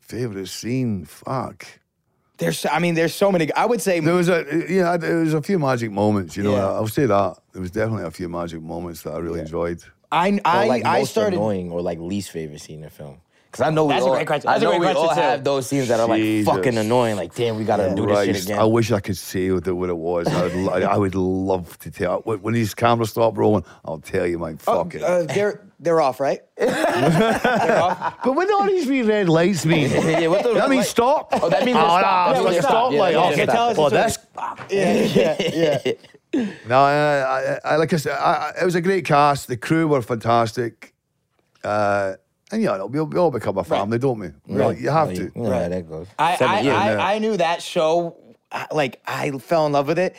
[SPEAKER 3] Favorite scene? Fuck.
[SPEAKER 1] There's, so- I mean, there's so many. I would say
[SPEAKER 3] There was a yeah. There was a few magic moments. You know,
[SPEAKER 1] Yeah.
[SPEAKER 3] I'll say that. There was definitely a few magic moments that I really enjoyed.
[SPEAKER 1] I,
[SPEAKER 4] Or
[SPEAKER 1] I,
[SPEAKER 4] like
[SPEAKER 1] I
[SPEAKER 4] most
[SPEAKER 1] started.
[SPEAKER 4] annoying or like least favorite scene in the film. Cause I know we
[SPEAKER 1] That's a
[SPEAKER 4] all,
[SPEAKER 1] great question.
[SPEAKER 4] I
[SPEAKER 1] That's a
[SPEAKER 4] know
[SPEAKER 1] great
[SPEAKER 4] we
[SPEAKER 1] question,
[SPEAKER 4] all
[SPEAKER 1] too.
[SPEAKER 4] have those scenes that are like
[SPEAKER 3] Jesus.
[SPEAKER 4] fucking annoying. Like damn, we gotta do this
[SPEAKER 3] Christ,
[SPEAKER 4] shit again.
[SPEAKER 3] I wish I could say what it, what it was. I'd, li- I would love to tell. When when these cameras stop rolling, I'll tell you, my fucking.
[SPEAKER 1] Uh, they're they're off, right?
[SPEAKER 3] But what do all these wee red
[SPEAKER 1] (laughs)
[SPEAKER 3] lights mean?
[SPEAKER 4] yeah, what the?
[SPEAKER 3] That means
[SPEAKER 4] like-
[SPEAKER 3] stop. Ah,
[SPEAKER 4] Oh,
[SPEAKER 3] (laughs)
[SPEAKER 4] that means it's stop.
[SPEAKER 1] Yeah,
[SPEAKER 4] That means
[SPEAKER 1] we'll
[SPEAKER 4] it's
[SPEAKER 1] stop.
[SPEAKER 4] stop.
[SPEAKER 1] Yeah,
[SPEAKER 4] Like,
[SPEAKER 1] yeah,
[SPEAKER 4] oh,
[SPEAKER 1] yeah,
[SPEAKER 4] shit,
[SPEAKER 1] stop.
[SPEAKER 4] tell us
[SPEAKER 1] Well, that's-
[SPEAKER 4] it's
[SPEAKER 1] Yeah, yeah, yeah.
[SPEAKER 3] No, I, I, I, like I said, I, I- it was a great cast. The crew were fantastic. Uh, and yeah, we all, we all become a family, don't we? We all- you have to.
[SPEAKER 4] Yeah,
[SPEAKER 1] Right.
[SPEAKER 4] that goes.
[SPEAKER 1] I,
[SPEAKER 4] Seven
[SPEAKER 1] I,
[SPEAKER 4] years.
[SPEAKER 1] I, I knew that show. I- Like I fell in love with it.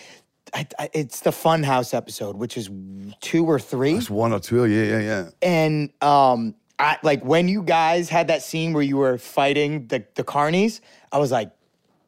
[SPEAKER 1] I, I, it's the Funhouse episode, which is two or three,
[SPEAKER 3] It's one or two. Yeah, yeah, yeah.
[SPEAKER 1] and um, I like when you guys had that scene where you were fighting the the carnies. I was like.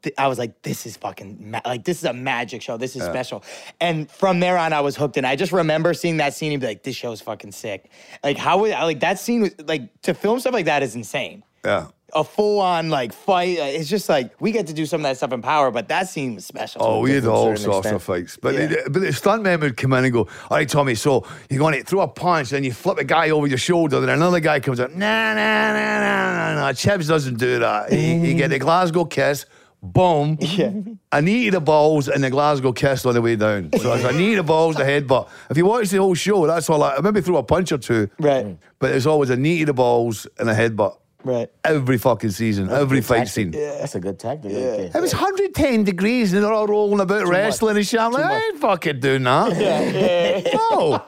[SPEAKER 1] th- I was like, this is fucking ma- like this is a magic show. This is special. And from there on, I was hooked. And I just remember seeing that scene and be like, this show is fucking sick. Like how would I like that scene was like to film stuff like that is insane
[SPEAKER 3] Yeah.
[SPEAKER 1] a full on like fight. Uh, It's just like we get to do some of that stuff in power, but that scene was special.
[SPEAKER 3] Oh, we had
[SPEAKER 4] to a
[SPEAKER 3] all
[SPEAKER 4] certain
[SPEAKER 3] sorts
[SPEAKER 4] extent.
[SPEAKER 3] of fights. But,
[SPEAKER 1] Yeah.
[SPEAKER 3] the, but the stuntmen would come in and go, all right, Tommy, so you're going to throw a punch, then you flip a guy over your shoulder, then another guy comes up, nah, nah, nah, nah, nah, nah. Chibs doesn't do that. He, he get the Glasgow kiss, boom. Yeah. A knee to the balls and the Glasgow kiss on the way down. So it's a knee to the balls, the headbutt. If you watch the whole show, that's all I, I maybe throw a punch or two.
[SPEAKER 1] Right. Mm.
[SPEAKER 3] But it's always a knee to the balls and a headbutt.
[SPEAKER 1] right.
[SPEAKER 3] Every fucking season, every fight scene.
[SPEAKER 4] That's a good tactic. right there.
[SPEAKER 3] It was 110 degrees and they're all rolling about wrestling and shit. I'm like, I ain't fucking doing that. No.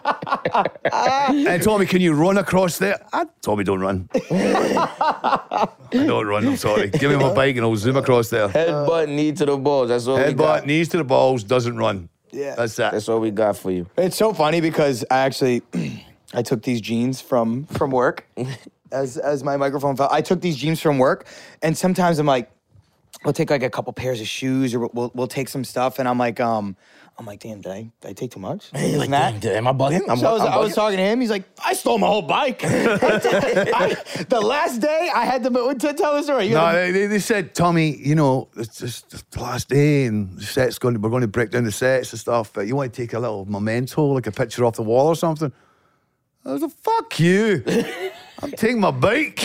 [SPEAKER 3] and Tommy, can you run across there? I, Tommy, don't run. I don't run, I'm sorry. Give me my bike and I'll zoom across there.
[SPEAKER 4] Headbutt, knee to the balls. That's what we
[SPEAKER 3] Headbutt,
[SPEAKER 4] got.
[SPEAKER 3] knees to the balls, doesn't run.
[SPEAKER 1] Yeah.
[SPEAKER 3] That's that.
[SPEAKER 4] That's what we got for you.
[SPEAKER 1] It's so funny because I actually (clears throat) I took these jeans from from work (laughs) as as my microphone fell. I took these jeans from work, and sometimes I'm like, we'll take like a couple pairs of shoes, or we'll we'll, we'll take some stuff, and I'm like, um, I'm like, damn, did I, did I take too much?
[SPEAKER 4] You're like,
[SPEAKER 1] Isn't that-
[SPEAKER 4] damn, dude, am I bugging? I'm,
[SPEAKER 1] So I was,
[SPEAKER 4] I'm
[SPEAKER 1] I was
[SPEAKER 4] bugging?
[SPEAKER 1] talking to him. He's like, (laughs) I stole my whole
[SPEAKER 4] (laughs)
[SPEAKER 1] bike. I- the last day I had to, to tell the story. You
[SPEAKER 3] No,
[SPEAKER 1] had to-
[SPEAKER 3] they, they- they said, Tommy, you know, it's just it's the last day and the set's going to, we're going to break down the sets and stuff, but you want to take a little memento, like a picture off the wall or something. I was like, fuck you. I'm taking my bike.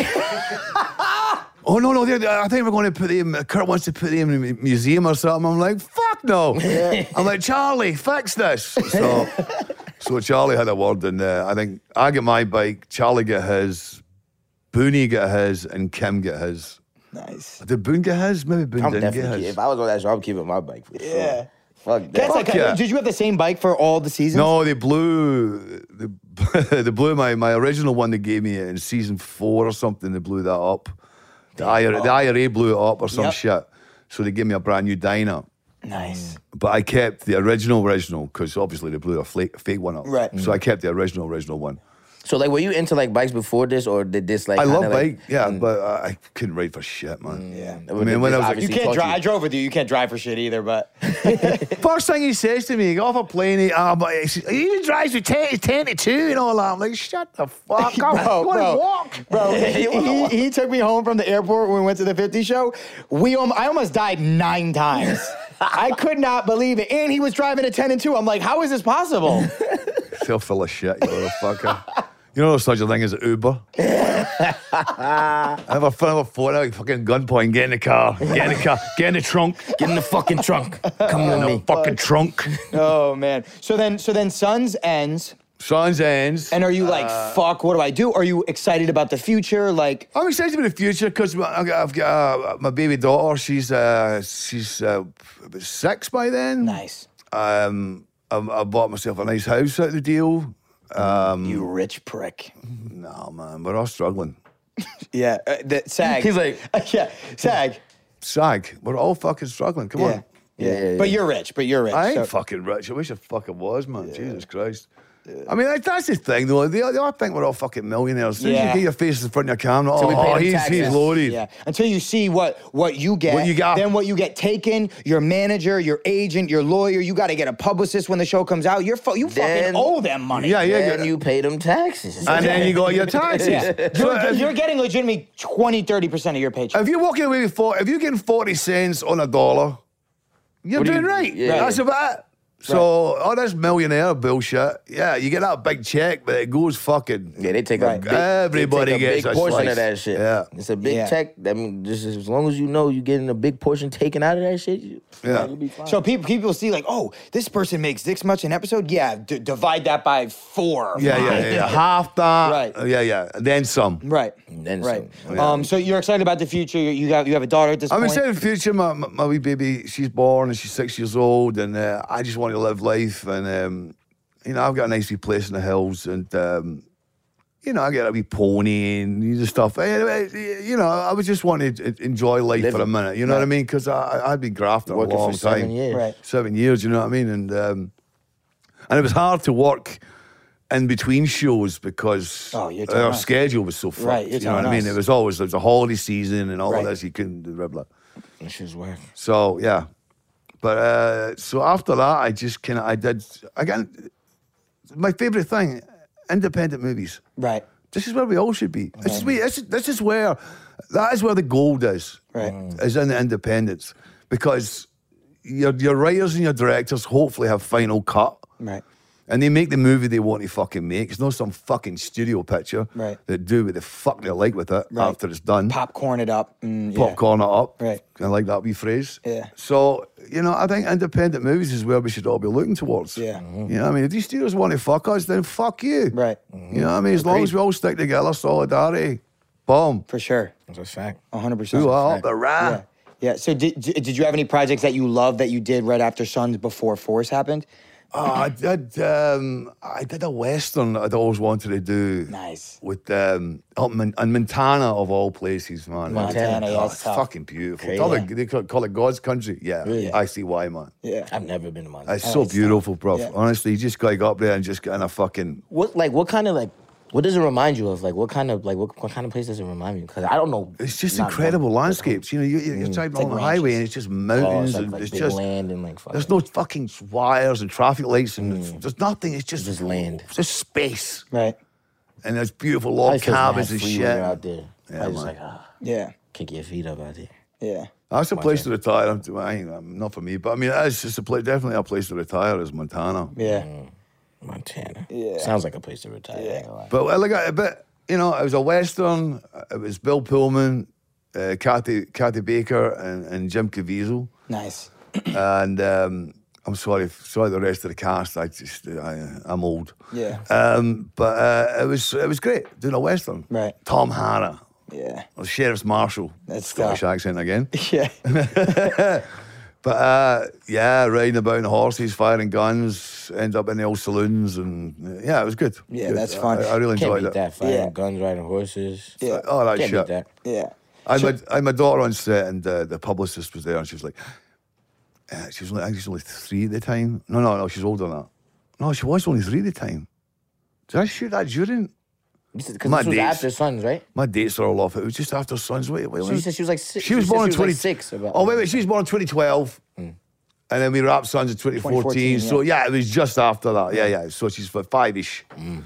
[SPEAKER 3] oh, no, no, they're- they're- I think we're going to put them, Kurt wants to put them in a mu- museum or something. I'm like, fuck no. I'm like, Charlie, fix this. So, so Charlie had a word in there. I think I get my bike, Charlie get his, Booney get his, and Kim get his.
[SPEAKER 1] nice.
[SPEAKER 3] Did Boone get his? Maybe Boone
[SPEAKER 4] I'm
[SPEAKER 3] didn't get
[SPEAKER 4] definitely.
[SPEAKER 3] his.
[SPEAKER 4] If I was on that show, I'm keeping my bike for sure.
[SPEAKER 1] Yeah.
[SPEAKER 4] Fuck that.
[SPEAKER 1] That's
[SPEAKER 3] Fuck
[SPEAKER 1] like,
[SPEAKER 3] yeah.
[SPEAKER 1] did you have the same bike for all the seasons?
[SPEAKER 3] no, they blew. They, (laughs) they blew my my original one they gave me in season four or something. They blew that up. The IRA, the IRA blew it up or some
[SPEAKER 1] Yep.
[SPEAKER 3] shit. So they gave me a brand new Dyna.
[SPEAKER 1] Nice.
[SPEAKER 3] But I kept the original original because obviously they blew a flake, fake one up.
[SPEAKER 1] Right.
[SPEAKER 3] So I kept the original original one.
[SPEAKER 4] so like, were you into like bikes before this, or did this like?
[SPEAKER 3] I love
[SPEAKER 4] kinda, like,
[SPEAKER 3] bike, yeah,
[SPEAKER 1] Mm.
[SPEAKER 3] but I, I couldn't ride for shit, man. Yeah. I
[SPEAKER 4] did
[SPEAKER 3] mean, when
[SPEAKER 4] this
[SPEAKER 3] I was
[SPEAKER 4] obviously
[SPEAKER 1] You can't
[SPEAKER 4] taught
[SPEAKER 1] drive. I drove with you. You can't drive for shit either. But
[SPEAKER 3] First thing he says to me, he got off a plane, he, ah, but he says, he even drives with 10, 10 to 2 and all that. I'm like, shut
[SPEAKER 1] (laughs)
[SPEAKER 3] the fuck up.
[SPEAKER 1] Bro,
[SPEAKER 3] Go
[SPEAKER 1] bro.
[SPEAKER 3] and walk.
[SPEAKER 4] (laughs)
[SPEAKER 1] bro, he, he, he took me home from the airport when we went to the 50 show. We um, I almost died nine times. I could not believe it. And he was driving a 10 and 2. I'm like, how is this possible?
[SPEAKER 3] Still full of shit, you little fucker. You know, there's such a thing as
[SPEAKER 4] (laughs)
[SPEAKER 3] Uber. I have a phone, I have a phone, I have a fucking gunpoint. Get in the car, get in the car, get in the trunk,
[SPEAKER 4] Get in the fucking trunk. Come
[SPEAKER 3] in
[SPEAKER 4] on
[SPEAKER 3] the
[SPEAKER 4] me.
[SPEAKER 3] fucking trunk.
[SPEAKER 1] Oh man. So then, so then, Suns ends,
[SPEAKER 3] Signs ends.
[SPEAKER 1] and are you like, fuck? What do I do? Are you excited about the future? Like,
[SPEAKER 3] I'm excited about the future because I've got, I've got uh, my baby daughter. She's uh, she's uh, about six by then.
[SPEAKER 1] nice.
[SPEAKER 3] Um, I, I bought myself a nice house out the deal.
[SPEAKER 1] you rich prick.
[SPEAKER 3] Nah, man, we're all struggling.
[SPEAKER 1] Yeah. Uh, the, (laughs) sag.
[SPEAKER 3] (laughs)
[SPEAKER 4] He's like,
[SPEAKER 1] yeah. Sag.
[SPEAKER 3] Sag, we're all fucking struggling. Come
[SPEAKER 1] Yeah.
[SPEAKER 3] on.
[SPEAKER 1] Yeah.
[SPEAKER 4] yeah,
[SPEAKER 1] But
[SPEAKER 4] yeah.
[SPEAKER 1] you're rich. But you're rich.
[SPEAKER 3] I ain't
[SPEAKER 1] so-
[SPEAKER 3] fucking rich. I wish I fucking was, man. Jesus Christ. I mean, that- that's the thing, though. They, they all think we're all fucking millionaires. As soon as
[SPEAKER 1] Yeah.
[SPEAKER 3] you get your face in front of your camera,
[SPEAKER 4] we pay
[SPEAKER 3] oh,
[SPEAKER 4] them
[SPEAKER 3] he's, he's
[SPEAKER 4] taxes."
[SPEAKER 3] loaded.
[SPEAKER 1] Yeah. Until you see what what you get,
[SPEAKER 3] What you got.
[SPEAKER 1] then what you get taken, your manager, your agent, your lawyer, you got to get a publicist when the show comes out. You're fu- you
[SPEAKER 4] Then-
[SPEAKER 1] fucking owe them money.
[SPEAKER 3] Yeah, yeah.
[SPEAKER 4] and you pay them taxes.
[SPEAKER 3] And then you
[SPEAKER 4] (laughs)
[SPEAKER 3] got your taxes.
[SPEAKER 1] Yeah.
[SPEAKER 3] So
[SPEAKER 1] You're,
[SPEAKER 3] if-
[SPEAKER 1] you're getting legitimately 20, 30% of your paycheck.
[SPEAKER 3] If you're walking away with four, if you're getting forty cents on a dollar, you're
[SPEAKER 4] do you-
[SPEAKER 3] doing right.
[SPEAKER 4] yeah.
[SPEAKER 3] That's about it. So all this millionaire bullshit, yeah, you get that big check, but it goes fucking.
[SPEAKER 4] Yeah, they take a
[SPEAKER 1] Right.
[SPEAKER 4] big,
[SPEAKER 3] Everybody
[SPEAKER 4] they take a
[SPEAKER 3] gets
[SPEAKER 4] big
[SPEAKER 3] a
[SPEAKER 4] portion
[SPEAKER 3] slice.
[SPEAKER 4] of that shit.
[SPEAKER 3] Yeah.
[SPEAKER 4] it's a big
[SPEAKER 1] Yeah.
[SPEAKER 4] tech. I mean, just as long as you know you're getting a big portion taken out of that shit, you,
[SPEAKER 3] Yeah.
[SPEAKER 4] you'll be fine.
[SPEAKER 1] So people people see like, oh, this person makes this much an episode. Yeah, d- divide that by four.
[SPEAKER 3] Yeah, yeah, yeah, yeah. half that.
[SPEAKER 1] Right.
[SPEAKER 3] Yeah, yeah. And then some.
[SPEAKER 1] Right.
[SPEAKER 4] then
[SPEAKER 1] right.
[SPEAKER 4] some.
[SPEAKER 1] Um. So you're excited about the future. You, you got you have a daughter at this
[SPEAKER 3] I'm
[SPEAKER 1] point.
[SPEAKER 3] excited for the future. My, my, my wee baby, she's born and she's six years old, and uh, I just want to live life. And um, you know, I've got a nice wee place in the hills, and um, you know, I get a wee pony and you just stuff. Anyway, you know, I was just wanting to enjoy life
[SPEAKER 4] Live
[SPEAKER 3] for a
[SPEAKER 4] it.
[SPEAKER 3] minute. You know what I mean? Because I I'd been grafting
[SPEAKER 4] Working
[SPEAKER 3] a
[SPEAKER 4] for
[SPEAKER 3] long time,
[SPEAKER 4] seven years.
[SPEAKER 1] Right.
[SPEAKER 3] seven years. You know what I mean? And um, and it was hard to work. In between shows because
[SPEAKER 1] Oh, you're telling
[SPEAKER 3] our
[SPEAKER 1] us.
[SPEAKER 3] schedule was so fucked.
[SPEAKER 1] Right, you're
[SPEAKER 3] you know what I
[SPEAKER 1] telling
[SPEAKER 3] mean?
[SPEAKER 1] us.
[SPEAKER 3] It was always there was a holiday season and all
[SPEAKER 1] Right.
[SPEAKER 3] of this. You couldn't do blah.
[SPEAKER 4] That shit's whack.
[SPEAKER 3] So yeah, but uh, so after that, I just kind of I did again. My favorite thing, independent movies.
[SPEAKER 1] Right.
[SPEAKER 3] This is where we all should be. This is we. This is, this is where that is where the gold is. Mm.
[SPEAKER 1] Right.
[SPEAKER 3] Is in the independence because your your writers and your directors hopefully have final cut.
[SPEAKER 1] Right.
[SPEAKER 3] And they make the movie they want to fucking make. It's not some fucking studio picture
[SPEAKER 1] Right.
[SPEAKER 3] that do what the fuck they like with it
[SPEAKER 1] Right.
[SPEAKER 3] after it's done
[SPEAKER 1] Popcorn it up. Mm, yeah.
[SPEAKER 3] popcorn it up.
[SPEAKER 1] Right.
[SPEAKER 3] I like that wee phrase.
[SPEAKER 1] Yeah.
[SPEAKER 3] So, you know, I think independent movies is where we should all be looking towards. Mm-hmm.
[SPEAKER 1] Yeah.
[SPEAKER 3] You know what I mean? If these studios want to fuck us, then fuck you.
[SPEAKER 1] Right.
[SPEAKER 3] You know what I mean? As long as we all stick together, solidarity, boom.
[SPEAKER 1] For sure.
[SPEAKER 4] That's a fact.
[SPEAKER 1] 100. percent
[SPEAKER 3] Who are up the
[SPEAKER 1] Yeah.
[SPEAKER 3] rat?
[SPEAKER 1] Yeah. So did did did you have any projects that you loved that you did right after Sons before Force happened?
[SPEAKER 3] Oh, I did. Um, I did a western that I'd always wanted to do.
[SPEAKER 1] Nice.
[SPEAKER 3] With um, up in, in Montana of all places, man.
[SPEAKER 1] Montana, yeah,
[SPEAKER 3] oh,
[SPEAKER 1] it's
[SPEAKER 3] it's
[SPEAKER 1] tough.
[SPEAKER 3] fucking beautiful. It's all
[SPEAKER 1] Yeah.
[SPEAKER 3] the- they call it- call it God's country. Yeah, I see why, man.
[SPEAKER 1] Yeah.
[SPEAKER 4] I've never been to Montana.
[SPEAKER 3] It's so beautiful, bro.
[SPEAKER 1] Yeah.
[SPEAKER 3] Honestly, you just gotta go up there and just get in a fucking.
[SPEAKER 4] what like what kind of like what does it remind you of? Like what kind of like what, what kind of place does it remind you? Because I don't know.
[SPEAKER 3] It's just
[SPEAKER 4] not
[SPEAKER 3] incredible
[SPEAKER 4] one-
[SPEAKER 3] landscapes. You know, you, you- you're driving
[SPEAKER 4] Mm. like
[SPEAKER 3] on the
[SPEAKER 4] ranches.
[SPEAKER 3] highway and it's just
[SPEAKER 4] Oh,
[SPEAKER 3] mountains
[SPEAKER 4] it's like,
[SPEAKER 3] and
[SPEAKER 4] like
[SPEAKER 3] it's
[SPEAKER 4] big
[SPEAKER 3] just.
[SPEAKER 4] land and like
[SPEAKER 3] There's
[SPEAKER 4] fucking
[SPEAKER 3] no fucking wires and traffic lights and it's- there's nothing. It's just
[SPEAKER 4] Mm. Just land.
[SPEAKER 3] It's just space
[SPEAKER 1] Right.
[SPEAKER 3] and there's beautiful
[SPEAKER 4] I
[SPEAKER 3] log
[SPEAKER 4] feel mad
[SPEAKER 3] cabins and
[SPEAKER 4] free when
[SPEAKER 3] shit.
[SPEAKER 4] you're out there.
[SPEAKER 3] Yeah,
[SPEAKER 4] I just
[SPEAKER 3] man.
[SPEAKER 4] like ah,
[SPEAKER 1] Yeah.
[SPEAKER 4] kick your feet up out there.
[SPEAKER 1] Yeah.
[SPEAKER 3] That's a place to retire. I'm, I ain't, I'm not for me, but I mean, it's just a place. Definitely a place to retire is Montana.
[SPEAKER 1] Yeah.
[SPEAKER 4] Montana.
[SPEAKER 1] Yeah.
[SPEAKER 4] Sounds like a place to retire. I ain't gonna lie.
[SPEAKER 3] But well, look, I- but you know, it was a western. uh, It was Bill Pullman, uh, Kathy Kathy Baker, and, and Jim Caviezel.
[SPEAKER 1] Nice.
[SPEAKER 3] and um, I'm sorry, sorry the rest of the cast. I just, I, I'm old.
[SPEAKER 1] Yeah.
[SPEAKER 3] Um, but uh, it was, it was great doing a western.
[SPEAKER 1] Right.
[SPEAKER 3] Tom Hanna,
[SPEAKER 1] Yeah. (laughs)
[SPEAKER 3] the sheriff's marshal.
[SPEAKER 1] That's
[SPEAKER 3] Scottish
[SPEAKER 1] tough.
[SPEAKER 3] accent again. (laughs)
[SPEAKER 1] Yeah.
[SPEAKER 3] But uh, yeah, riding about on horses, firing guns, end up in the old saloons, and uh, yeah, it was good.
[SPEAKER 1] Yeah,
[SPEAKER 3] Good.
[SPEAKER 1] that's fun.
[SPEAKER 3] I, I really
[SPEAKER 4] Can't
[SPEAKER 3] enjoyed
[SPEAKER 4] beat
[SPEAKER 3] it.
[SPEAKER 4] that. Fighting
[SPEAKER 1] Yeah.
[SPEAKER 4] guns, riding horses.
[SPEAKER 1] Yeah.
[SPEAKER 3] All right,
[SPEAKER 4] Can't
[SPEAKER 3] shit.
[SPEAKER 4] beat that.
[SPEAKER 1] Yeah. (laughs)
[SPEAKER 3] I had, I had my daughter on set, and uh, the publicist was there, and she was like, uh, she was only, I think she was only three at the time. No, no, no, she's older than that. No, she was only three at the time. Did I shoot that during?
[SPEAKER 4] Because
[SPEAKER 3] My
[SPEAKER 4] this was
[SPEAKER 3] days.
[SPEAKER 4] after Sons, right?
[SPEAKER 3] My dates are all off. It was just after Sons. Wait, wait,
[SPEAKER 4] So you said she was like six.
[SPEAKER 3] She was born in
[SPEAKER 4] in
[SPEAKER 3] 26.
[SPEAKER 4] six. Mm. About
[SPEAKER 3] oh, wait, wait, she was born in 2012. And then we wrapped Sons in 2014.
[SPEAKER 1] 2014,
[SPEAKER 3] So, yeah, it was just after that. Yeah, yeah. So she's for five ish.
[SPEAKER 4] Mm.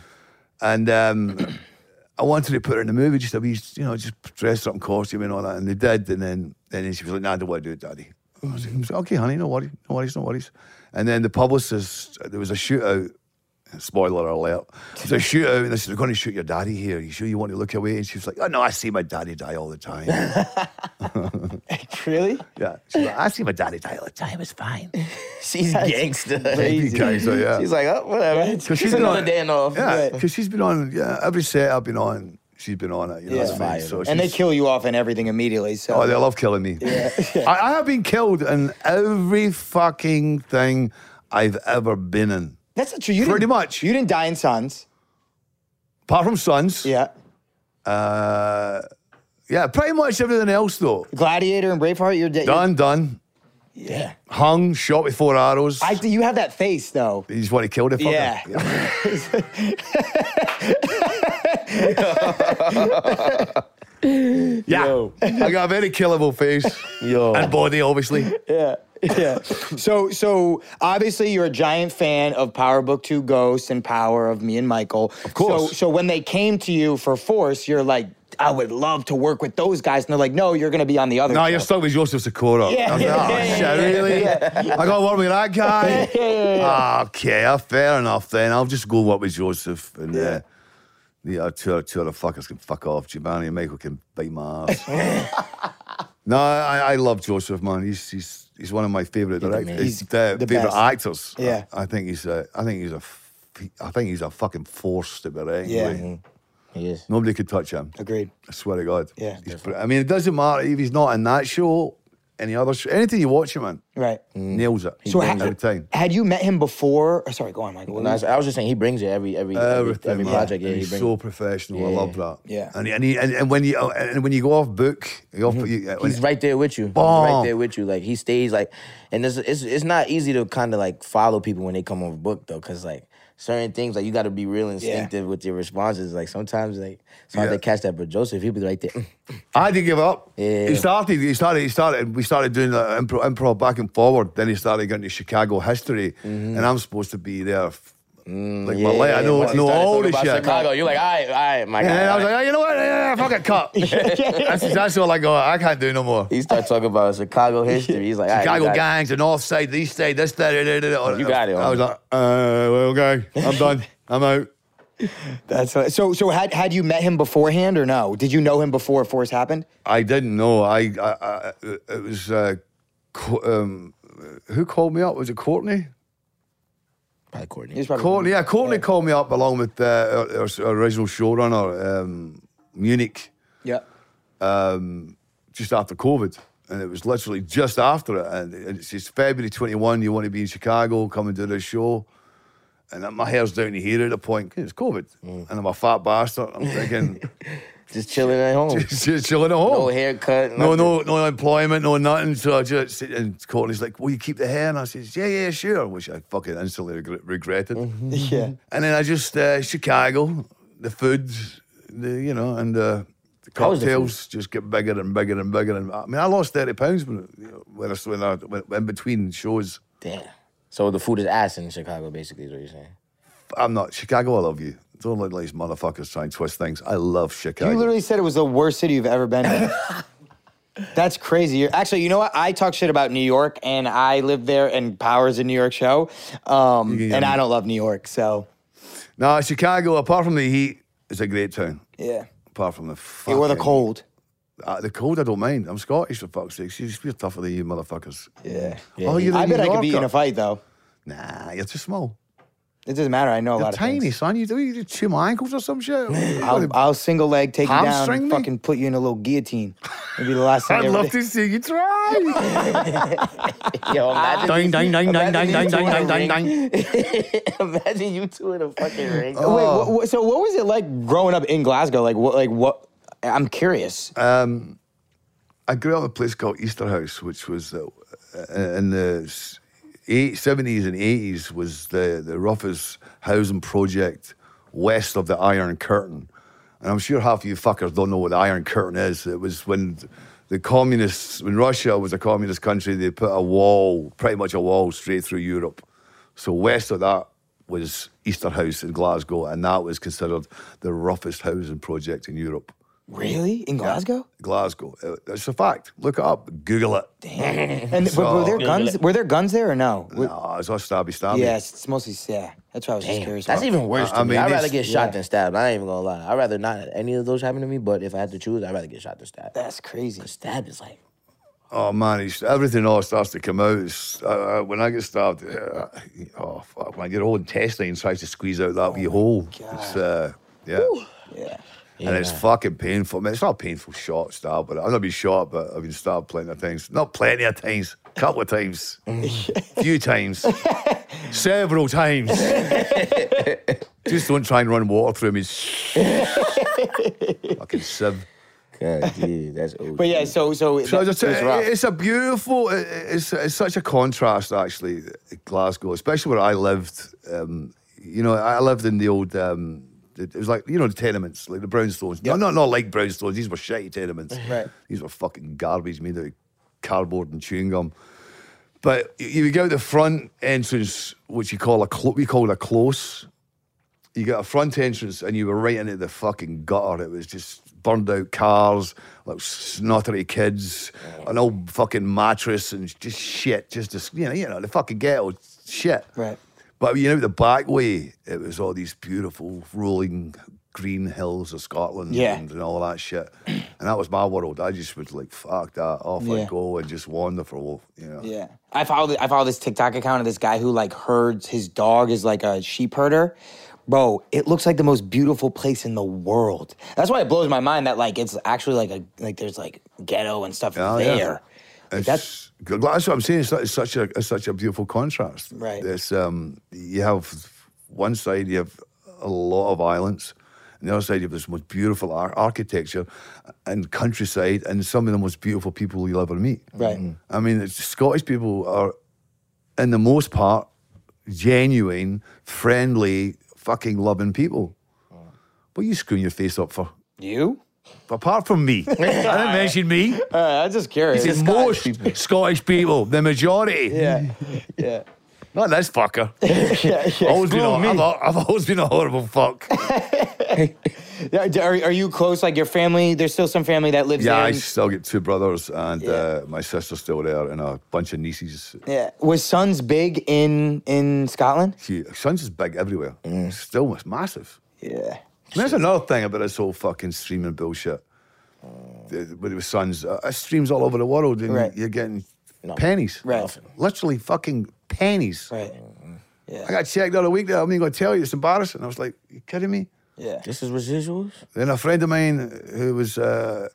[SPEAKER 3] And um, I wanted to put her in the movie, just a wee, you know, just dress up in costume and all that. And they did. And then, and then she was like, nah, I don't want to do it, Daddy. I was like, okay, honey, no worries, no worries, no worries. And then the publicist, there was a shootout. Spoiler alert. It's
[SPEAKER 4] (laughs)
[SPEAKER 3] a shootout. And they said, They're going to shoot your daddy here. you sure you want to look away? And she was like, Oh, no, I see my daddy die all the time.
[SPEAKER 1] Really?
[SPEAKER 3] yeah. She's like, I see my daddy die all the time. It's
[SPEAKER 1] (laughs)
[SPEAKER 3] fine.
[SPEAKER 4] (laughs)
[SPEAKER 3] (laughs)
[SPEAKER 4] She's gangster.
[SPEAKER 1] crazy.
[SPEAKER 3] Okay, so, yeah.
[SPEAKER 4] She's like, oh, whatever.
[SPEAKER 1] Right.
[SPEAKER 4] It's
[SPEAKER 1] 'Cause
[SPEAKER 3] she's been
[SPEAKER 4] another
[SPEAKER 3] on-
[SPEAKER 4] day and off.
[SPEAKER 3] Yeah,
[SPEAKER 1] Right.
[SPEAKER 3] because she's been on, yeah, every set I've been on, she's been on it. You know,
[SPEAKER 1] Yeah.
[SPEAKER 3] what I mean?
[SPEAKER 4] Fire.
[SPEAKER 3] So
[SPEAKER 1] And they
[SPEAKER 3] she's-
[SPEAKER 1] kill you off in everything immediately. So
[SPEAKER 3] Oh, they love killing me.
[SPEAKER 1] (laughs)
[SPEAKER 3] I, I have been killed in every fucking thing I've ever been in.
[SPEAKER 1] that's not true. You
[SPEAKER 3] Pretty
[SPEAKER 1] didn't-
[SPEAKER 3] much.
[SPEAKER 1] You didn't die in Sons.
[SPEAKER 3] Apart from Sons.
[SPEAKER 1] Yeah.
[SPEAKER 3] Uh, yeah, pretty much everything else, though.
[SPEAKER 1] Gladiator and Braveheart. You're dead.
[SPEAKER 3] Done, done.
[SPEAKER 1] Yeah.
[SPEAKER 3] Hung, shot with four arrows.
[SPEAKER 1] I. You have that face though.
[SPEAKER 3] you just want to kill the fucker.
[SPEAKER 1] Yeah.
[SPEAKER 3] Yeah. (laughs) I got a very killable
[SPEAKER 1] (laughs)
[SPEAKER 3] face.
[SPEAKER 4] Yo.
[SPEAKER 3] And body, obviously.
[SPEAKER 1] yeah. So so obviously you're a giant fan of Power Book Two Ghost and Power of me and Michael. Of
[SPEAKER 3] course.
[SPEAKER 1] So so when they came to you for Force, you're like, I would love to work with those guys, and they're like, No, you're gonna be on the other.
[SPEAKER 3] No,
[SPEAKER 1] show.
[SPEAKER 3] you're stuck with Joseph Sikora.
[SPEAKER 1] Yeah.
[SPEAKER 3] I was like, oh,
[SPEAKER 1] Yeah,
[SPEAKER 3] shit, really? I got to work with that
[SPEAKER 1] (laughs)
[SPEAKER 3] guy? Okay, uh, fair enough then. I'll just go work with Joseph. And uh, the other two, two other fuckers can fuck off. Giovanni and Michael can bite my
[SPEAKER 1] (laughs)
[SPEAKER 3] ass. no, I, I love Joseph, man. He's, he's, he's one of my favourite directors.
[SPEAKER 1] He's
[SPEAKER 3] He's the,
[SPEAKER 1] the
[SPEAKER 3] favourite
[SPEAKER 1] best.
[SPEAKER 3] actors. I-
[SPEAKER 1] Yeah.
[SPEAKER 3] I, think he's a, I think he's a, f- I think he's a fucking force to be reckoned
[SPEAKER 1] Yeah.
[SPEAKER 3] with.
[SPEAKER 1] Mhm.
[SPEAKER 4] Yes.
[SPEAKER 3] Nobody could touch him.
[SPEAKER 1] Agreed.
[SPEAKER 3] I swear to God.
[SPEAKER 1] Yeah.
[SPEAKER 3] He's br- I mean, it doesn't matter if he's not in that show, any other show, anything you watch him in,
[SPEAKER 1] Right.
[SPEAKER 4] Mm.
[SPEAKER 3] nails it.
[SPEAKER 1] So ha-
[SPEAKER 3] every time.
[SPEAKER 1] had you met him before? oh, sorry, go on, Michael.
[SPEAKER 4] And I, was, I was just saying, he brings it every every every,
[SPEAKER 3] Everything,
[SPEAKER 4] every
[SPEAKER 3] man.
[SPEAKER 4] project. Yeah,
[SPEAKER 3] And
[SPEAKER 4] he
[SPEAKER 3] he's
[SPEAKER 4] brings.
[SPEAKER 3] so professional. I
[SPEAKER 4] Yeah.
[SPEAKER 3] love that.
[SPEAKER 1] Yeah.
[SPEAKER 3] And and, he, and and when you uh, and when you go off book, you off, you, uh, when-
[SPEAKER 4] Mm-hmm. He's right there with you. He's right
[SPEAKER 3] Bomb.
[SPEAKER 4] there with you. Like he stays like, and it's it's, it's not easy to kind of like follow people when they come on book though, because like certain things like you got to be real instinctive with your responses. Like sometimes like it's hard
[SPEAKER 3] Yeah.
[SPEAKER 4] to catch that, but Joseph he'd be right there.
[SPEAKER 3] I didn't give up.
[SPEAKER 4] Yeah.
[SPEAKER 3] He started. He started. He started. We started doing the improv, improv back and forward. Then he started going to Chicago history,
[SPEAKER 4] Mm-hmm.
[SPEAKER 3] and I'm supposed to be there. f-
[SPEAKER 4] Mm,
[SPEAKER 3] Like my life. I know,
[SPEAKER 4] Once he
[SPEAKER 3] know
[SPEAKER 4] started
[SPEAKER 3] all
[SPEAKER 4] talking
[SPEAKER 3] this
[SPEAKER 4] about
[SPEAKER 3] shit.
[SPEAKER 4] Chicago, you're like, all right, all right, my
[SPEAKER 3] And then
[SPEAKER 4] guy.
[SPEAKER 3] I
[SPEAKER 4] all
[SPEAKER 3] was
[SPEAKER 4] right."
[SPEAKER 3] like, oh, you know what? Yeah, fuck it,
[SPEAKER 4] (laughs)
[SPEAKER 3] cut. that's, that's all I got. oh, I can't do no more.
[SPEAKER 4] he started talking about
[SPEAKER 3] (laughs)
[SPEAKER 4] Chicago history. He's like, all right,
[SPEAKER 3] Chicago
[SPEAKER 4] you got it.
[SPEAKER 3] gangs, the north side, the east side, this, that, da, da, da, da.
[SPEAKER 4] You got it,
[SPEAKER 3] I was like, uh, well, okay,
[SPEAKER 4] (laughs)
[SPEAKER 3] I'm done. I'm out.
[SPEAKER 1] That's so. So had had you met him beforehand or no? Did you know him before Force happened?
[SPEAKER 3] I didn't know. I, I, I it was, uh, Co- um, who called me up? Was it Courtney?
[SPEAKER 4] Probably Courtney.
[SPEAKER 1] He's probably
[SPEAKER 3] Courtney, yeah, Courtney called me up along with uh, our, our original showrunner, um, Munich,
[SPEAKER 1] Yeah. (laughs)
[SPEAKER 3] um, just after COVID. And it was literally just after it. And it- it's just February 21, you want to be in Chicago, come and do this show. And my hair's down to here at the point, 'cause it's COVID.
[SPEAKER 4] Mm.
[SPEAKER 3] And I'm a fat bastard. I'm
[SPEAKER 4] (laughs)
[SPEAKER 3] thinking,
[SPEAKER 4] Just chilling at
[SPEAKER 3] (laughs)
[SPEAKER 4] home.
[SPEAKER 3] just chilling at home.
[SPEAKER 4] No haircut.
[SPEAKER 3] No,
[SPEAKER 4] nothing.
[SPEAKER 3] no, no employment, no nothing. So I just sit and Courtney's like, "Will you keep the hair?" And I says, "Yeah, yeah, sure," which I fucking instantly regret- regretted.
[SPEAKER 4] Mm-hmm.
[SPEAKER 1] Yeah.
[SPEAKER 3] And then I just uh, Chicago, the food, the you know, and uh, the
[SPEAKER 4] How was the food?
[SPEAKER 3] cocktails just get bigger and bigger and bigger. And I mean, I lost thirty pounds when you know, when I when I when, in between shows.
[SPEAKER 4] Damn. So the food is ass in Chicago, basically, is what you're saying.
[SPEAKER 3] I'm not Chicago. I love you. Don't let these motherfuckers try and twist things. I love Chicago.
[SPEAKER 1] You literally said it was the worst city you've ever been to.
[SPEAKER 3] (laughs)
[SPEAKER 1] That's crazy. You're, actually, you know what? I talk shit about New York, and I live there, and Powers in New York show, um,
[SPEAKER 3] Yeah.
[SPEAKER 1] and I don't love New York. So
[SPEAKER 3] no, Chicago. Apart from the heat, it's a great town.
[SPEAKER 1] yeah,
[SPEAKER 3] Apart from the
[SPEAKER 1] you were the
[SPEAKER 3] fucking-
[SPEAKER 1] cold.
[SPEAKER 3] Uh, the cold, I don't mind. I'm Scottish for fuck's sake. You're, you're tougher than you motherfuckers.
[SPEAKER 1] Yeah,
[SPEAKER 3] Oh, you're the
[SPEAKER 1] I
[SPEAKER 3] New
[SPEAKER 1] bet I could beat you in
[SPEAKER 3] Yorker.
[SPEAKER 1] a fight though.
[SPEAKER 3] Nah, you're too small.
[SPEAKER 1] It doesn't matter. I know a
[SPEAKER 3] You're
[SPEAKER 1] lot of
[SPEAKER 3] tiny,
[SPEAKER 1] things.
[SPEAKER 3] son. You do you chew my ankles or some shit?
[SPEAKER 1] I'll, I'll single leg take you down,
[SPEAKER 3] Hamstring me?
[SPEAKER 1] fucking put you in a little guillotine. It'd be the last time.
[SPEAKER 3] I'd
[SPEAKER 1] you ever
[SPEAKER 3] love
[SPEAKER 1] did.
[SPEAKER 3] to see you try.
[SPEAKER 1] (laughs)
[SPEAKER 4] Yo,
[SPEAKER 1] Ah.
[SPEAKER 4] imagine,
[SPEAKER 5] Ding, ding, ding, ding, ding, ding, ding, ding, ding.
[SPEAKER 4] (laughs) imagine you two in a fucking ring.
[SPEAKER 1] Wait,
[SPEAKER 3] Oh.
[SPEAKER 1] wha- wha- so what was it like growing up in Glasgow? Like what? Like what? I'm curious.
[SPEAKER 3] (laughs) Uh, I grew up in a place called Easter House, which was uh, uh, in the s- eight, 70s and 80s was the, the roughest housing project west of the Iron Curtain. And I'm sure half of you fuckers don't know what the Iron Curtain is. It was when the communists, when Russia was a communist country, they put a wall, pretty much a wall, straight through Europe. So west of that was Easter House in Glasgow, and that was considered the roughest housing project in Europe.
[SPEAKER 1] Really? In Glasgow?
[SPEAKER 3] Glasgow. Uh, That's a fact. Look it up. Google it.
[SPEAKER 1] And but were there
[SPEAKER 3] So-
[SPEAKER 1] guns? Were there guns there or no? Were-
[SPEAKER 3] No, it's all stabby stabby.
[SPEAKER 1] Yes, it's mostly yeah. That's what I was just curious.
[SPEAKER 4] That's
[SPEAKER 1] about.
[SPEAKER 4] even worse.
[SPEAKER 3] I-
[SPEAKER 4] To
[SPEAKER 3] I
[SPEAKER 4] me.
[SPEAKER 3] mean,
[SPEAKER 4] I'd rather
[SPEAKER 3] it's-
[SPEAKER 4] get shot than stabbed. I ain't even gonna lie. I'd rather not any of those happen to me. But if I had to choose, I'd rather get shot than stabbed.
[SPEAKER 1] that's crazy.
[SPEAKER 4] Stabbed is like
[SPEAKER 3] Oh man, it's, everything all starts to come out. It's, uh, uh, when I get stabbed, uh, oh fuck, man, your whole intestine tries to squeeze out that
[SPEAKER 1] Oh
[SPEAKER 3] wee hole. It's uh, yeah.
[SPEAKER 1] Yeah.
[SPEAKER 3] And it's fucking painful. I mean, it's not a painful shot, stab, but I've not been shot, but I've been stabbed plenty of times. Not plenty of times, couple of times, few times, several times. Just don't try and run water through me. fucking sieve.
[SPEAKER 4] God, dude, that's. OD.
[SPEAKER 1] (laughs) But yeah, so so
[SPEAKER 3] So
[SPEAKER 1] that-
[SPEAKER 3] it's,
[SPEAKER 1] it's rough.
[SPEAKER 3] a, it's a beautiful. it- It's, it's such a contrast, actually, Glasgow, especially where I lived. Um, you know, I lived in the old. Um, it it was like you know the tenements, like the brownstones. No, not not like brownstones. These were shitty tenements.
[SPEAKER 1] Right.
[SPEAKER 3] These were fucking garbage made out of cardboard and chewing gum. But you- you go out the front entrance, which you call a clo- we called a close. You got a front entrance, and you were right into the fucking gutter. It was just burned out cars, little snottery kids, an old fucking mattress, and just shit. Just dis- you know, you know, the fucking ghetto shit.
[SPEAKER 1] Right.
[SPEAKER 3] But you know, the back way, it was all these beautiful rolling green hills of Scotland
[SPEAKER 1] Yeah.
[SPEAKER 3] and, and all that shit. And that was my world. I just was like, fuck that, off
[SPEAKER 1] Yeah.
[SPEAKER 3] I go and just wander for a walk, you know.
[SPEAKER 1] Yeah. I follow I follow this TikTok account of this guy who like herds his dog is like a sheep herder. Bro, it looks like the most beautiful place in the world. That's why it blows my mind that like it's actually like a like there's like ghetto and stuff
[SPEAKER 3] Oh, yeah.
[SPEAKER 1] there. Like,
[SPEAKER 3] It's,
[SPEAKER 1] that's
[SPEAKER 3] that's, that's what I'm saying. It's, it's such a it's such a beautiful contrast.
[SPEAKER 1] Right.
[SPEAKER 3] It's um you have one side you have a lot of violence, and the other side you have this most beautiful ar- architecture and countryside, and some of the most beautiful people you'll ever meet.
[SPEAKER 1] Right. Mhm.
[SPEAKER 3] I mean, it's, Scottish people are, in the most part, genuine, friendly, fucking loving people. What are you screwing your face up for?
[SPEAKER 1] you?
[SPEAKER 3] Apart
[SPEAKER 1] (laughs)
[SPEAKER 3] from me, I didn't mention me.
[SPEAKER 1] Uh, I'm just curious.
[SPEAKER 3] It's most Scottish people, the majority.
[SPEAKER 1] (laughs) yeah. Yeah.
[SPEAKER 3] Not this
[SPEAKER 1] (laughs)
[SPEAKER 3] fucker. always been a, I've, al- I've always been a
[SPEAKER 1] (laughs)
[SPEAKER 3] horrible fuck.
[SPEAKER 1] Yeah, d- Are, are you close? Like your family? There's still some family that lives
[SPEAKER 3] yeah,
[SPEAKER 1] there.
[SPEAKER 3] I
[SPEAKER 1] and-
[SPEAKER 3] still get two brothers and
[SPEAKER 1] Yeah.
[SPEAKER 3] uh, my sister's still there and a bunch of nieces.
[SPEAKER 1] yeah. Was Sons big in in Scotland?
[SPEAKER 3] She, son's is big everywhere.
[SPEAKER 1] Mm.
[SPEAKER 3] Still, it's massive.
[SPEAKER 1] Yeah.
[SPEAKER 3] And that's another thing about this whole fucking streaming bullshit. The- With the sons, uh, it streams all over the world and
[SPEAKER 1] Mm. Right.
[SPEAKER 3] you're getting
[SPEAKER 4] No.
[SPEAKER 3] pennies.
[SPEAKER 1] Right.
[SPEAKER 3] Literally fucking pennies.
[SPEAKER 1] Right.
[SPEAKER 3] I got checked the other week. I'm even going to tell you, it's embarrassing. I was like, you kidding me?
[SPEAKER 1] Yeah.
[SPEAKER 4] This is residuals.
[SPEAKER 3] Then a friend of mine who was uh,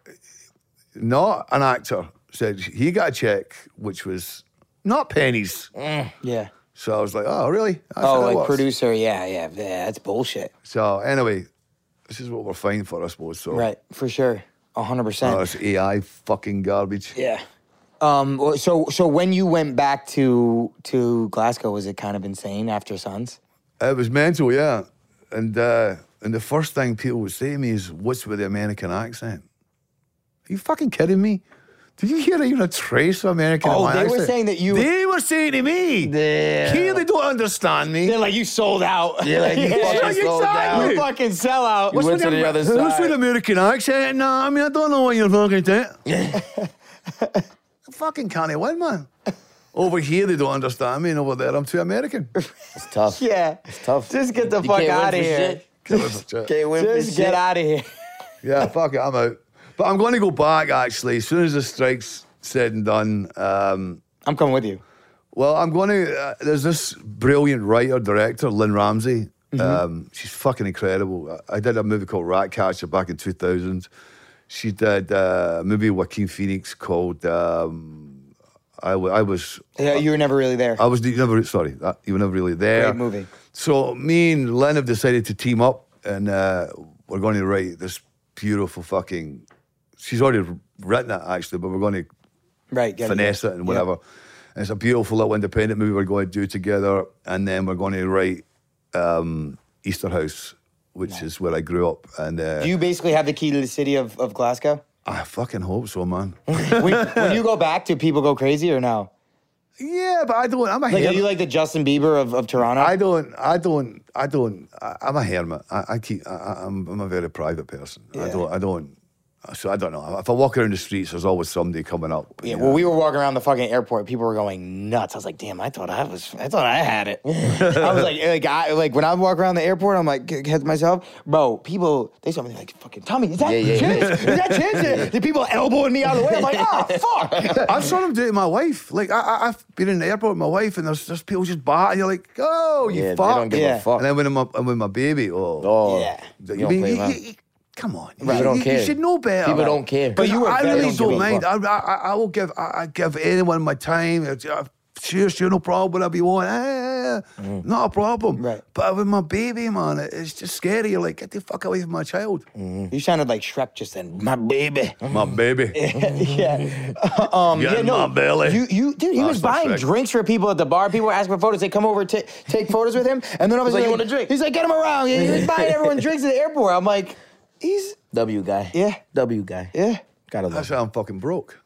[SPEAKER 3] not an actor said he got a check which was not pennies.
[SPEAKER 1] Yeah.
[SPEAKER 3] So I was like, oh, really? That's
[SPEAKER 1] Oh,
[SPEAKER 3] how it
[SPEAKER 1] like
[SPEAKER 3] works.
[SPEAKER 1] producer. Yeah, yeah. Yeah. That's bullshit.
[SPEAKER 3] So anyway, this is what we're fighting for, I suppose. So
[SPEAKER 1] Right, for sure. a 100%.
[SPEAKER 3] Oh, it's AI fucking garbage.
[SPEAKER 1] yeah. Um well, so so when you went back to to Glasgow was it kind of insane after Suns?
[SPEAKER 3] It was mental, yeah. And uh, and the first thing people would say to me is, "What's with the American accent?" Are you fucking kidding me? Did you hear even a trace of American? in
[SPEAKER 1] Oh,
[SPEAKER 3] my
[SPEAKER 1] they were
[SPEAKER 3] accent?
[SPEAKER 1] saying that you-
[SPEAKER 3] They were saying to me,
[SPEAKER 4] Yeah.
[SPEAKER 3] "Here they don't understand me."
[SPEAKER 1] like you sold out.
[SPEAKER 4] Yeah,
[SPEAKER 1] (laughs)
[SPEAKER 4] like you fucking
[SPEAKER 3] exactly.
[SPEAKER 4] slowed down.
[SPEAKER 3] You
[SPEAKER 1] fucking sell out.
[SPEAKER 4] What's went to the other
[SPEAKER 3] What's
[SPEAKER 4] side.
[SPEAKER 3] with American accent? Nah, I mean, I don't know what you're fucking doing.
[SPEAKER 4] (laughs)
[SPEAKER 3] fucking can't win, man. Over here, they don't understand me, and over there, I'm too American.
[SPEAKER 4] It's tough.
[SPEAKER 1] (laughs) yeah.
[SPEAKER 4] tough.
[SPEAKER 1] Just get the
[SPEAKER 4] You
[SPEAKER 1] fuck
[SPEAKER 4] can't win
[SPEAKER 1] out of
[SPEAKER 4] for
[SPEAKER 1] here.
[SPEAKER 4] shit. (laughs) Can't win for
[SPEAKER 1] Just
[SPEAKER 4] shit.
[SPEAKER 1] get out of here. (laughs)
[SPEAKER 3] yeah, fuck it, I'm out. But I'm going to go back, actually, as soon as the strike's said and done. Um,
[SPEAKER 1] I'm coming with you.
[SPEAKER 3] Well, I'm going to. Uh, there's this brilliant writer director, Lynn Ramsey.
[SPEAKER 1] Mm-hmm.
[SPEAKER 3] Um, she's fucking incredible. I, I did a movie called Ratcatcher back in 2000. She did uh, a movie with Joaquin Phoenix called um, I, Wa- I was
[SPEAKER 1] Yeah, you were never really there.
[SPEAKER 4] Oh,
[SPEAKER 3] I was you never sorry that, you were never really there.
[SPEAKER 1] Great movie.
[SPEAKER 3] So me and Len have decided to team up, and uh, we're going to write this beautiful fucking. She's already written it actually, but we're going to
[SPEAKER 1] right, get
[SPEAKER 3] finesse it and whatever. And it's a beautiful little independent movie we're going to do together, and then we're going to write um, Easter House, which is where I grew up. And uh,
[SPEAKER 1] Do you basically have the key to the city of, of Glasgow?
[SPEAKER 3] I fucking hope so, man.
[SPEAKER 1] when, when you go back, do people go crazy or no?
[SPEAKER 3] yeah, but I don't. I'm a
[SPEAKER 1] Like, are
[SPEAKER 3] hermit.
[SPEAKER 1] you like the Justin Bieber of, of Toronto?
[SPEAKER 3] I don't. I don't. I don't. I, I'm a hermit. I, I keep. I, I- I'm, I'm a very private person. I
[SPEAKER 1] Yeah.
[SPEAKER 3] don't. I don't. So I don't know. If I walk around the streets, there's always somebody coming up.
[SPEAKER 1] Yeah,
[SPEAKER 3] you
[SPEAKER 1] well,
[SPEAKER 3] know.
[SPEAKER 1] we were walking around the fucking airport. People were going nuts. I was like, "Damn, I thought I was, I thought I had
[SPEAKER 4] (laughs)
[SPEAKER 1] it." I was like, like, I, like when I walk around the airport, I'm like, g- head to myself, bro. People, they saw me they're like, "Fucking Tommy, is that
[SPEAKER 4] Yeah, yeah,
[SPEAKER 1] Chance? Is that Chance?"
[SPEAKER 4] (laughs)
[SPEAKER 1] The people elbowing me out of the way. I'm like, "Ah, fuck."
[SPEAKER 3] I've sort of do it to my wife. Like I- I, I've been in the airport with my wife, and there's there's people just barking. You're like, oh, you
[SPEAKER 4] Yeah, they
[SPEAKER 3] fuck.
[SPEAKER 4] don't give
[SPEAKER 1] Yeah.
[SPEAKER 4] a fuck.
[SPEAKER 3] And then when I'm up- and with my baby, oh,
[SPEAKER 4] oh,
[SPEAKER 1] Yeah.
[SPEAKER 3] I
[SPEAKER 4] you don't
[SPEAKER 3] mean,
[SPEAKER 4] play
[SPEAKER 3] you-
[SPEAKER 4] around.
[SPEAKER 3] you- you- come on,
[SPEAKER 4] People
[SPEAKER 3] you,
[SPEAKER 4] don't
[SPEAKER 3] you- you
[SPEAKER 4] care.
[SPEAKER 3] should know better.
[SPEAKER 4] People don't care.
[SPEAKER 1] But you were
[SPEAKER 3] I
[SPEAKER 1] very-
[SPEAKER 3] really
[SPEAKER 4] They don't
[SPEAKER 3] don't,
[SPEAKER 4] give a
[SPEAKER 3] mind. I, I I- I will give I, I give anyone my time. It's, uh, Sure, sure, no problem, whatever you want. Ah, yeah, yeah.
[SPEAKER 4] Mm.
[SPEAKER 3] Not a problem.
[SPEAKER 1] Right.
[SPEAKER 3] But with my baby, man, it- it's just scary. You're like, get the fuck away from my child.
[SPEAKER 4] Mm.
[SPEAKER 1] you sounded like Shrek just then. My baby.
[SPEAKER 3] My baby.
[SPEAKER 1] (laughs) yeah. Um,
[SPEAKER 3] Get
[SPEAKER 1] yeah,
[SPEAKER 3] in
[SPEAKER 1] no,
[SPEAKER 3] my belly.
[SPEAKER 1] You, you, dude, he
[SPEAKER 3] Oh,
[SPEAKER 1] was
[SPEAKER 3] so
[SPEAKER 1] buying
[SPEAKER 3] sick.
[SPEAKER 1] drinks for people at the bar. People were asking for photos. They come over to take photos with him, and then I was
[SPEAKER 4] like,
[SPEAKER 1] like,
[SPEAKER 4] "You want a drink?"
[SPEAKER 1] He's like, "Get him around." Yeah, he was (laughs) buying everyone drinks at the airport. I'm like, he's
[SPEAKER 4] W guy.
[SPEAKER 1] Yeah.
[SPEAKER 4] W guy.
[SPEAKER 1] yeah.
[SPEAKER 4] Gotta love. (laughs)
[SPEAKER 3] That's how I'm fucking broke.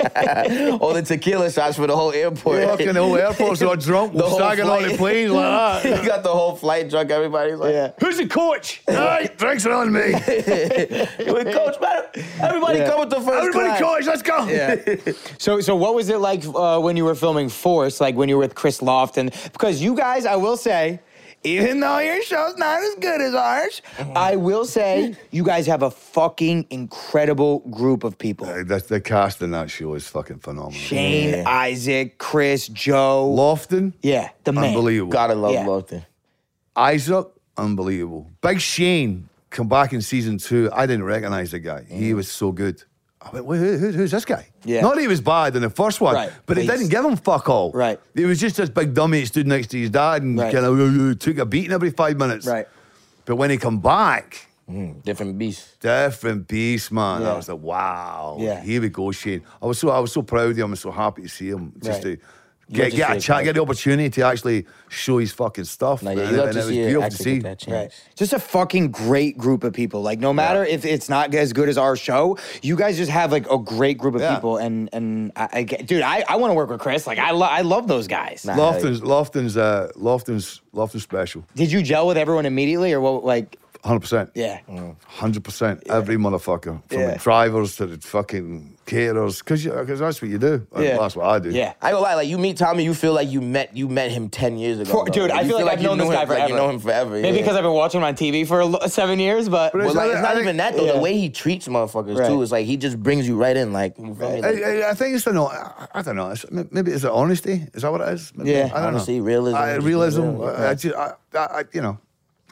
[SPEAKER 1] Oh,
[SPEAKER 4] All the tequila shots for the whole airport.
[SPEAKER 3] fucking whole airport's all drunk.
[SPEAKER 4] The
[SPEAKER 3] We're
[SPEAKER 4] whole
[SPEAKER 3] staggering on the
[SPEAKER 4] flight.
[SPEAKER 3] planes like that.
[SPEAKER 4] you got the whole flight drunk. Everybody's like,
[SPEAKER 1] Yeah.
[SPEAKER 3] (laughs) Who's the coach? Aye, drinks are on (laughs) me.
[SPEAKER 4] "You a coach, man. Everybody
[SPEAKER 1] Yeah.
[SPEAKER 4] come with the first
[SPEAKER 3] Everybody,
[SPEAKER 4] class.
[SPEAKER 3] coach, let's go.
[SPEAKER 1] (laughs) So, so what was it like uh, when you were filming Force? Like when you were with Chris Lofton? Because you guys, I will say. Even though your show's not as good as ours, I will say you guys have a fucking incredible group of people.
[SPEAKER 3] Uh, that's- the cast in that show is fucking phenomenal.
[SPEAKER 1] Shane,
[SPEAKER 4] Yeah.
[SPEAKER 1] Isaac, Chris, Joe.
[SPEAKER 3] Lofton,
[SPEAKER 1] yeah, the man.
[SPEAKER 3] unbelievable.
[SPEAKER 4] Gotta love
[SPEAKER 1] Yeah.
[SPEAKER 4] Lofton.
[SPEAKER 3] Isaac, unbelievable. Big Shane, come back in season two. I didn't recognize the guy. He was so good. I went, Wait, who, who- who's this guy?
[SPEAKER 1] Yeah.
[SPEAKER 3] Not that he was bad in the first one,
[SPEAKER 1] Right,
[SPEAKER 3] but
[SPEAKER 1] but
[SPEAKER 3] it didn't
[SPEAKER 1] he's-
[SPEAKER 3] give him fuck all.
[SPEAKER 1] Right.
[SPEAKER 3] He was just this big dummy that stood next to his dad and
[SPEAKER 1] Right.
[SPEAKER 3] kind of took a beating every five minutes.
[SPEAKER 1] Right.
[SPEAKER 3] But when he come back,
[SPEAKER 4] Different beast.
[SPEAKER 3] different beast, man.
[SPEAKER 1] Yeah.
[SPEAKER 3] I was like, wow,
[SPEAKER 1] Yeah.
[SPEAKER 3] here we go, Shane. I was so I was so proud of him and so happy to see him. Just
[SPEAKER 1] Right.
[SPEAKER 3] to get,
[SPEAKER 4] to
[SPEAKER 3] get
[SPEAKER 4] see
[SPEAKER 3] a
[SPEAKER 4] it,
[SPEAKER 3] chat,
[SPEAKER 4] right.
[SPEAKER 3] get the opportunity to actually show his fucking stuff.
[SPEAKER 4] Like, yeah,
[SPEAKER 3] man,
[SPEAKER 4] you love
[SPEAKER 3] and
[SPEAKER 4] to
[SPEAKER 3] it was
[SPEAKER 4] see it.
[SPEAKER 3] beautiful to
[SPEAKER 4] actually
[SPEAKER 3] see.
[SPEAKER 4] get that chance.
[SPEAKER 1] Right. Just a fucking great group of people. Like no matter if it's not as good as our show, you guys just have like a great group of
[SPEAKER 3] Yeah.
[SPEAKER 1] people. And and I, I get- dude, I, I want to work with Chris. Like I lo- I love those guys.
[SPEAKER 4] Nah.
[SPEAKER 3] Lofton's Lofton's uh, Lofton's Lofton's special.
[SPEAKER 1] Did you gel with everyone immediately or what? Like
[SPEAKER 3] Hundred percent.
[SPEAKER 1] yeah,
[SPEAKER 4] Mm.
[SPEAKER 3] Hundred percent. Every motherfucker. From
[SPEAKER 1] Yeah.
[SPEAKER 3] the drivers to the fucking caterers. Cause, you, cause that's what you do. Uh,
[SPEAKER 1] Yeah.
[SPEAKER 3] That's what I do.
[SPEAKER 1] yeah.
[SPEAKER 4] I ain't gonna lie, like you meet Tommy, you feel like you met you met him ten years ago.
[SPEAKER 1] For-
[SPEAKER 4] though.
[SPEAKER 1] dude, I
[SPEAKER 4] you
[SPEAKER 1] feel like I've
[SPEAKER 4] you
[SPEAKER 1] known
[SPEAKER 4] knew
[SPEAKER 1] this guy
[SPEAKER 4] him, Like, you
[SPEAKER 1] forever.
[SPEAKER 4] know him forever.
[SPEAKER 1] Maybe
[SPEAKER 4] yeah.
[SPEAKER 1] because I've been watching him on TV for lo- seven years, but
[SPEAKER 3] But
[SPEAKER 4] But like,
[SPEAKER 3] I
[SPEAKER 4] it's not
[SPEAKER 3] think-
[SPEAKER 4] even that though.
[SPEAKER 1] Yeah.
[SPEAKER 4] The way he treats motherfuckers
[SPEAKER 1] Right.
[SPEAKER 4] too is like he just brings you right in. Like, you feel me?
[SPEAKER 3] I,
[SPEAKER 4] Like,
[SPEAKER 3] I, I think it's the no. I, I don't know. It's, m- maybe is it honesty? Is that what it is? Maybe.
[SPEAKER 1] Yeah.
[SPEAKER 3] I don't
[SPEAKER 4] Honesty,
[SPEAKER 3] know.
[SPEAKER 4] realism,
[SPEAKER 3] I,
[SPEAKER 4] just
[SPEAKER 3] realism.
[SPEAKER 4] being real,
[SPEAKER 3] I, I just, I, I, I, you know,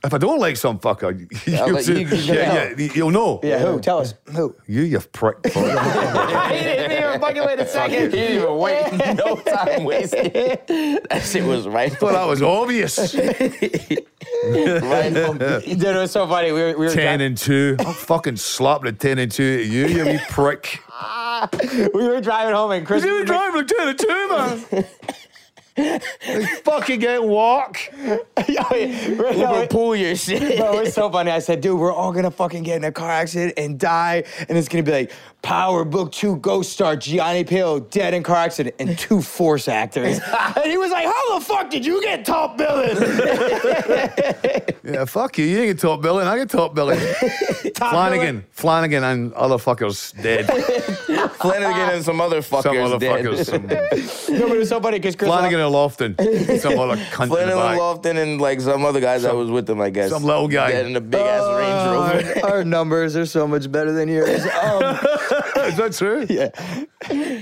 [SPEAKER 3] if I don't like some fucker, (laughs) you,
[SPEAKER 4] I'll
[SPEAKER 3] you'll
[SPEAKER 4] let you-
[SPEAKER 3] see-
[SPEAKER 4] you can
[SPEAKER 3] yeah,
[SPEAKER 4] tell.
[SPEAKER 3] yeah, you- you'll know.
[SPEAKER 1] yeah, who? Tell
[SPEAKER 4] (laughs)
[SPEAKER 1] us who?
[SPEAKER 3] You, you prick.
[SPEAKER 1] (laughs) he
[SPEAKER 3] (laughs)
[SPEAKER 1] didn't even fucking wait a second.
[SPEAKER 4] he didn't even wait. (laughs) No time wasted. that shit was right.
[SPEAKER 3] well, that was obvious.
[SPEAKER 4] right
[SPEAKER 1] (laughs)
[SPEAKER 4] on beat.
[SPEAKER 1] (laughs) Dude, it was so funny. We were, we were
[SPEAKER 3] ten
[SPEAKER 1] driving-
[SPEAKER 3] and two. I'll fucking slap the ten and two at you, you wee prick.
[SPEAKER 1] (laughs) we were driving home and Chris. (laughs)
[SPEAKER 3] You were driving a ten and two, man. They fucking get walk.
[SPEAKER 1] Oh, Yeah, we- we were-
[SPEAKER 4] Uber pull your shit.
[SPEAKER 1] Bro, it's so funny. I said, dude, we're all gonna fucking get in a car accident and die. And it's gonna be like Power Book 2 Ghost Star, Gianni Palo, dead in car accident, and two force (laughs) actors. and he was like, How the fuck did you get top (laughs) billing?
[SPEAKER 3] Yeah, fuck you. You didn't get top billing. I get top billing.
[SPEAKER 1] (laughs) Top
[SPEAKER 3] Flanagan, Flanagan, and other fuckers
[SPEAKER 1] (laughs)
[SPEAKER 3] dead.
[SPEAKER 4] Flanagan and some other fuckers.
[SPEAKER 3] Some
[SPEAKER 4] dead.
[SPEAKER 3] motherfuckers.
[SPEAKER 1] (laughs)
[SPEAKER 3] Some
[SPEAKER 1] billing? no, but it was so funny because Chris.
[SPEAKER 3] Flanagan and Lofton. Some other
[SPEAKER 4] (laughs)
[SPEAKER 3] cunt in the
[SPEAKER 4] Flanagan
[SPEAKER 3] back.
[SPEAKER 4] Lofton and like some other guys that was with them, I guess.
[SPEAKER 3] some little guy.
[SPEAKER 4] Dead in a big ass
[SPEAKER 1] Uh,
[SPEAKER 4] Range
[SPEAKER 1] (laughs)
[SPEAKER 4] Rover.
[SPEAKER 1] our, our numbers are so much better than (laughs) yours. Um,
[SPEAKER 3] (laughs) Is that true?
[SPEAKER 1] yeah.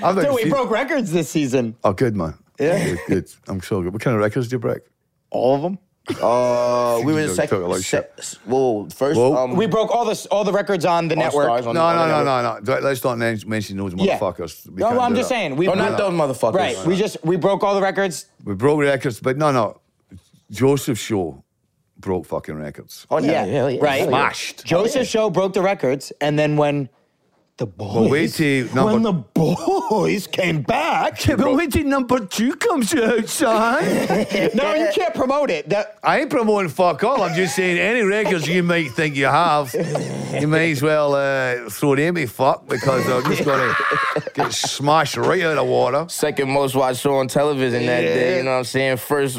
[SPEAKER 3] I've never
[SPEAKER 1] Dude, we
[SPEAKER 3] seen-
[SPEAKER 1] broke records this season.
[SPEAKER 3] Oh, good, man.
[SPEAKER 1] Yeah.
[SPEAKER 3] Good, good. I'm so good. What kind of records do you break?
[SPEAKER 1] All of them?
[SPEAKER 4] Uh, we were the
[SPEAKER 3] Talk
[SPEAKER 4] second.
[SPEAKER 3] about
[SPEAKER 4] Se-
[SPEAKER 3] shit.
[SPEAKER 4] whoa, first.
[SPEAKER 3] Whoa.
[SPEAKER 4] Um,
[SPEAKER 1] We broke all the all the records on the network.
[SPEAKER 4] Stars
[SPEAKER 3] No,
[SPEAKER 4] on-
[SPEAKER 3] no,
[SPEAKER 4] on the
[SPEAKER 3] no,
[SPEAKER 4] network.
[SPEAKER 3] no, no. Don't- Let's not men- mention those
[SPEAKER 1] Yeah.
[SPEAKER 3] motherfuckers. We
[SPEAKER 1] No,
[SPEAKER 3] can't
[SPEAKER 1] I'm
[SPEAKER 3] do
[SPEAKER 1] just
[SPEAKER 3] that.
[SPEAKER 1] saying. We
[SPEAKER 4] Oh, not those motherfuckers.
[SPEAKER 1] Right. We just we broke all the records.
[SPEAKER 3] We broke records, but no, no. Joseph Shaw broke fucking records.
[SPEAKER 4] Oh,
[SPEAKER 1] Yeah,
[SPEAKER 4] yeah, yeah, yeah.
[SPEAKER 1] right.
[SPEAKER 3] Smashed.
[SPEAKER 1] Joseph Show broke the records, and then when the boys,
[SPEAKER 3] wait till number-
[SPEAKER 1] when the boys came (laughs) back,
[SPEAKER 3] But when did number two comes outside?
[SPEAKER 1] no, you can't promote it. That
[SPEAKER 3] (laughs) I ain't promoting fuck all. I'm just saying any records you might think you have, you may as well uh, throw them a fuck because they're just going to get smashed right out of the water.
[SPEAKER 4] Second most watched show on television that day.
[SPEAKER 1] Yeah.
[SPEAKER 4] You know what I'm saying? First,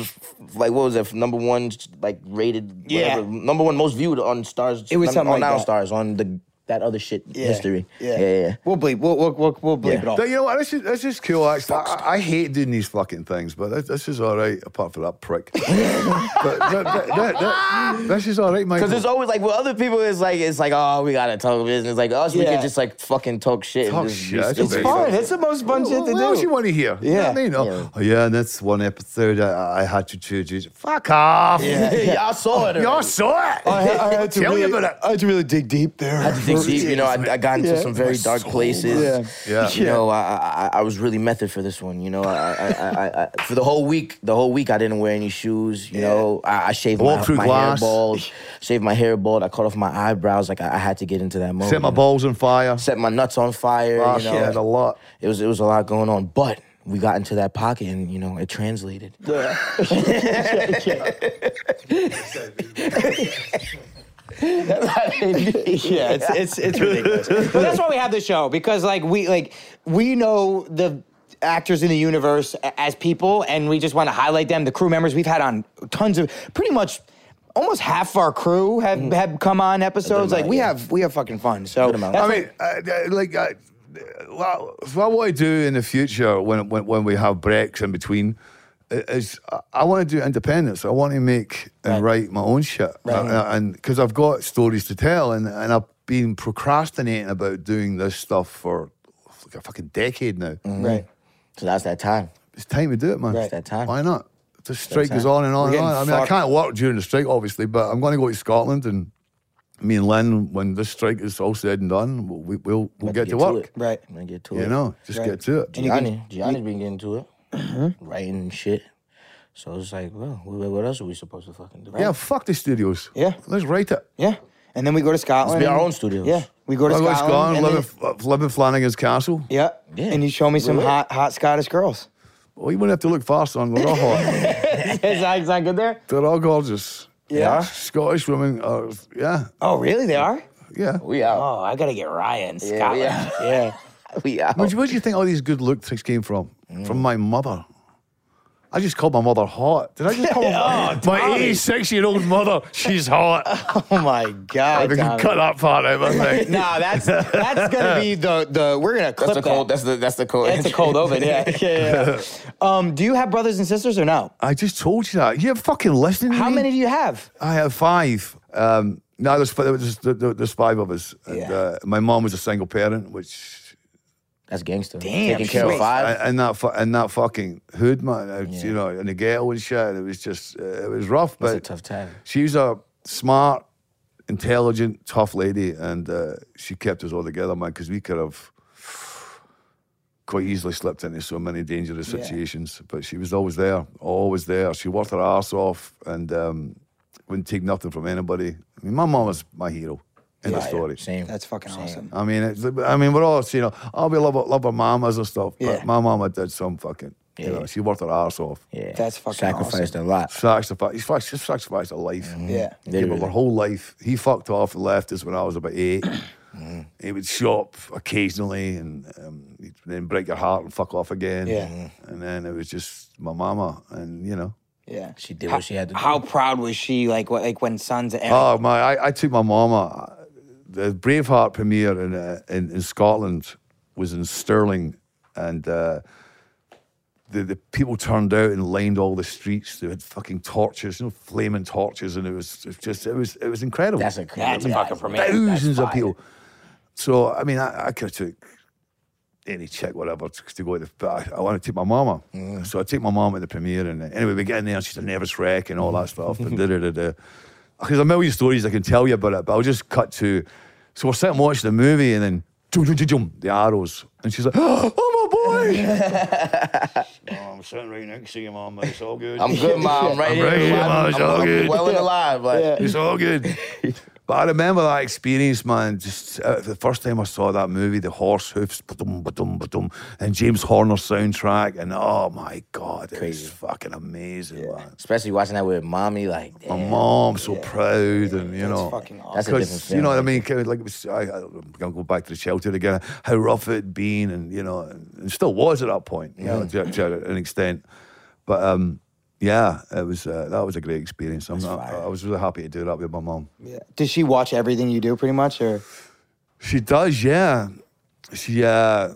[SPEAKER 4] like, what was that? Number one, like, rated.
[SPEAKER 1] Yeah.
[SPEAKER 4] Whatever, number one most viewed on Stars.
[SPEAKER 1] It was
[SPEAKER 4] on,
[SPEAKER 1] something
[SPEAKER 4] on
[SPEAKER 1] like
[SPEAKER 4] Now
[SPEAKER 1] that.
[SPEAKER 4] Stars on the that other shit history.
[SPEAKER 1] Yeah.
[SPEAKER 4] yeah, yeah.
[SPEAKER 1] We'll bleep. We'll we'll we'll, we'll bleep
[SPEAKER 4] Yeah.
[SPEAKER 1] it all.
[SPEAKER 3] But you know what? This is this is cool. Actually, I, I hate doing these fucking things, but this, this is all right. Apart from that prick, (laughs) but th- th- th- th- this is all right, Michael.
[SPEAKER 4] Because it's always like with other people, it's like it's like oh we gotta talk business. Like us, we
[SPEAKER 1] Yeah.
[SPEAKER 4] can just like fucking talk shit. and
[SPEAKER 3] Talk
[SPEAKER 4] just be
[SPEAKER 3] shit,
[SPEAKER 4] stupid.
[SPEAKER 3] it's
[SPEAKER 1] Fun. It's the most fun shit to
[SPEAKER 3] What else you
[SPEAKER 1] do.
[SPEAKER 3] want to hear? You know what I
[SPEAKER 1] Yeah.
[SPEAKER 3] mean? Oh,
[SPEAKER 4] Yeah.
[SPEAKER 3] oh, yeah, and that's one episode I, I had to choose. you. Fuck off. (laughs)
[SPEAKER 4] Y'all saw it.
[SPEAKER 3] Y'all
[SPEAKER 4] already.
[SPEAKER 3] saw
[SPEAKER 1] I,
[SPEAKER 3] it.
[SPEAKER 1] I had to
[SPEAKER 3] Tell
[SPEAKER 1] really,
[SPEAKER 3] me about it.
[SPEAKER 1] I had to really dig deep there.
[SPEAKER 4] I had to dig deep. You know, I, I got into
[SPEAKER 1] Yeah.
[SPEAKER 4] some very dark places.
[SPEAKER 1] Yeah.
[SPEAKER 3] Yeah.
[SPEAKER 4] You know, I, I I- I was really method for this one. You know, I, I, I, I, I for the whole week, the whole week I didn't wear any shoes. You know, I, I shaved
[SPEAKER 3] Walk
[SPEAKER 4] my,
[SPEAKER 3] through
[SPEAKER 4] my
[SPEAKER 3] glass.
[SPEAKER 4] hair bald, shaved my hair bald. I cut off my eyebrows. Like I, I had to get into that moment.
[SPEAKER 3] Set my
[SPEAKER 4] you know.
[SPEAKER 3] balls on fire.
[SPEAKER 4] Set my nuts on fire.
[SPEAKER 3] Fuck,
[SPEAKER 4] you know,
[SPEAKER 3] I had a lot.
[SPEAKER 4] it was it was a lot going on, but we got into that pocket and you know it translated. (laughs)
[SPEAKER 1] (laughs) yeah, it's it's it's (laughs) ridiculous. but that's why we have the show because like we like we know the actors in the universe a- as people, and we just want to highlight them. The crew members we've had on tons of pretty much. Almost half our crew have, have come on episodes. Like
[SPEAKER 4] amount,
[SPEAKER 1] we
[SPEAKER 4] yeah.
[SPEAKER 1] have we have fucking fun. So
[SPEAKER 4] amount.
[SPEAKER 1] that's
[SPEAKER 3] I
[SPEAKER 1] what-
[SPEAKER 3] mean, uh, uh, like, uh, well, what I want to do in the future when, when, when we have breaks in between i- is I- I want to do independence. I want to make and write my own shit. Uh, and because I've got stories to tell and, and I've been procrastinating about doing this stuff for like a fucking decade now.
[SPEAKER 1] right.
[SPEAKER 4] So that's that time.
[SPEAKER 3] It's time to do it, man.
[SPEAKER 4] Right. It's that time.
[SPEAKER 3] Why not? The strike
[SPEAKER 4] time.
[SPEAKER 3] is on and on and
[SPEAKER 1] getting
[SPEAKER 3] on. I mean, I
[SPEAKER 1] fucked.
[SPEAKER 3] can't work during the strike, obviously, but I'm going to go to Scotland and me and Lynn, when this strike is all said and done, we, we'll, we'll get, to work.
[SPEAKER 4] it.
[SPEAKER 1] Right.
[SPEAKER 4] I'm gonna get to it.
[SPEAKER 3] You know, just
[SPEAKER 1] Right.
[SPEAKER 3] get to it.
[SPEAKER 1] you
[SPEAKER 4] Gianni,
[SPEAKER 1] Mm-hmm.
[SPEAKER 4] Gianni's been getting to it, writing and shit. So it's like, well, wh- what else are we supposed to fucking do?
[SPEAKER 3] Yeah, fuck the studios.
[SPEAKER 1] Yeah.
[SPEAKER 3] Let's write it.
[SPEAKER 1] Yeah. And then we go to Scotland.
[SPEAKER 4] be our
[SPEAKER 1] and-
[SPEAKER 4] own studios.
[SPEAKER 1] Yeah. We go to
[SPEAKER 3] I'll go to
[SPEAKER 1] Scotland.
[SPEAKER 3] Scotland,
[SPEAKER 1] and
[SPEAKER 3] live,
[SPEAKER 1] then-
[SPEAKER 3] in F- live in Flanagan's Castle.
[SPEAKER 1] (laughs) yeah.
[SPEAKER 4] Yeah.
[SPEAKER 1] And you show me some
[SPEAKER 4] Really?
[SPEAKER 1] hot hot Scottish girls.
[SPEAKER 3] Oh, you wouldn't have to look far, son. They're all hot.
[SPEAKER 1] (laughs) is, that, is that good there?
[SPEAKER 3] They're all gorgeous.
[SPEAKER 1] Yeah.
[SPEAKER 3] Scottish women are, yeah,
[SPEAKER 1] Oh, really? They are?
[SPEAKER 3] yeah.
[SPEAKER 4] We out.
[SPEAKER 1] Oh, I gotta get Ryan
[SPEAKER 4] Yeah,
[SPEAKER 1] Scotland.
[SPEAKER 4] we
[SPEAKER 1] Yeah.
[SPEAKER 4] out. yeah. We out. (laughs)
[SPEAKER 3] Where do, you, where do you think all these good look tricks came from? From my mother. I just called my mother hot. Did I
[SPEAKER 1] (laughs)
[SPEAKER 3] just call
[SPEAKER 1] Oh,
[SPEAKER 3] my- my 86 year old mother? She's hot.
[SPEAKER 1] (laughs) Oh my (laughs) god.
[SPEAKER 3] We can
[SPEAKER 1] Tommy.
[SPEAKER 3] cut that part
[SPEAKER 1] (laughs)
[SPEAKER 3] out. I think.
[SPEAKER 1] No, that's that's gonna be the the we're gonna clip
[SPEAKER 4] That's the cold.
[SPEAKER 1] that.
[SPEAKER 4] That's the that's the cold.
[SPEAKER 1] That's a
[SPEAKER 4] (laughs)
[SPEAKER 1] cold oven. (laughs) Yeah. yeah, yeah, yeah. Um, do you have brothers and sisters or no?
[SPEAKER 3] I just told you that. You're fucking listening. to
[SPEAKER 1] How
[SPEAKER 3] me.
[SPEAKER 1] many do you have?
[SPEAKER 3] I have five. Um, no, there's, fi- there's, there's there's five of us. And,
[SPEAKER 1] Yeah.
[SPEAKER 3] uh, my mom was a single parent, which
[SPEAKER 4] That's gangster.
[SPEAKER 1] Damn,
[SPEAKER 4] Taking care of
[SPEAKER 1] sweet.
[SPEAKER 4] five.
[SPEAKER 3] and that fu- and that fucking hood man, I- you know, in the ghetto and shit. It was just uh, it was rough,
[SPEAKER 4] That's
[SPEAKER 3] but
[SPEAKER 4] a tough time.
[SPEAKER 3] She was a smart, intelligent, tough lady, and uh, she kept us all together, man, because we could have quite easily slipped into so many dangerous situations. But she was always there, always there. She worked her ass off and um, wouldn't take nothing from anybody. I mean, my mom was my hero in the story.
[SPEAKER 4] Same.
[SPEAKER 1] That's fucking awesome.
[SPEAKER 3] I mean, it's, I mean, we're all you know. Oh, we love our- love our mamas and stuff.
[SPEAKER 1] Yeah.
[SPEAKER 3] But my mama did some fucking. You
[SPEAKER 4] Yeah.
[SPEAKER 3] know, she worked her ass off.
[SPEAKER 4] yeah.
[SPEAKER 1] That's fucking
[SPEAKER 4] sacrificed a lot.
[SPEAKER 3] Sacrificed, she sacrificed her life.
[SPEAKER 4] Mm-hmm.
[SPEAKER 1] Yeah.
[SPEAKER 3] Gave up
[SPEAKER 4] Literally.
[SPEAKER 3] her whole life. He fucked off and left us when I was about eight.
[SPEAKER 1] (clears throat) Mm.
[SPEAKER 3] he would shop occasionally and um, he'd then break your heart and fuck off again.
[SPEAKER 1] Yeah. Mhm.
[SPEAKER 3] And then it was just my mama, and you know.
[SPEAKER 1] Yeah.
[SPEAKER 4] She did what she had to do.
[SPEAKER 1] How proud was she like what like when sons and
[SPEAKER 3] Oh my! I, I took my mama. The Braveheart premiere in uh, in, in Scotland was in Stirling, and uh, the the people turned out and lined all the streets. They had fucking torches, you know, flaming torches, and it was, it was just it was it was incredible.
[SPEAKER 4] That's a
[SPEAKER 1] that's fucking premiere.
[SPEAKER 3] thousands of people. So I mean, I, I could have took any chick, whatever, to, to go to. the- But I, I want to take my mama. So I take my mom at the premiere, and uh, anyway, we get in there, and she's a nervous wreck and all that stuff. And da da da da. There's a million stories I can tell you about it, but I'll just cut to. So we're sitting watching the movie, and then jum, jum, jum, jum, the arrows, and she's like, (gasps) "Oh my boy!" Oh, I'm sitting right next to you, mom. It's all good. (laughs)
[SPEAKER 4] I'm good, mom. I'm right here.
[SPEAKER 3] right here, Mom. It's
[SPEAKER 4] I'm,
[SPEAKER 3] all
[SPEAKER 4] I'm
[SPEAKER 3] good.
[SPEAKER 4] well and alive. Like,
[SPEAKER 3] It's all good. (laughs) But I remember that experience, man. Just uh, the first time I saw that movie, the horse hoofs, ba-dum, ba-dum, ba-dum, and James Horner soundtrack, and oh my god, it was fucking amazing, man.
[SPEAKER 4] Especially watching that with mommy. Like,
[SPEAKER 3] My
[SPEAKER 4] damn.
[SPEAKER 3] mom's so proud, and you know,
[SPEAKER 1] fucking awesome.
[SPEAKER 4] That's a different
[SPEAKER 3] because you know
[SPEAKER 4] feeling.
[SPEAKER 3] what I mean. Kind of like it was, I, I, am gonna go back to the shelter again. How rough it had been, and you know, and still was at that point, you know, to, to an extent. But um, yeah, it was uh, that was a great experience. I'm, I, I was really happy to do that with my mom.
[SPEAKER 1] Yeah. Does she watch everything you do pretty much or
[SPEAKER 3] She does, yeah. She uh,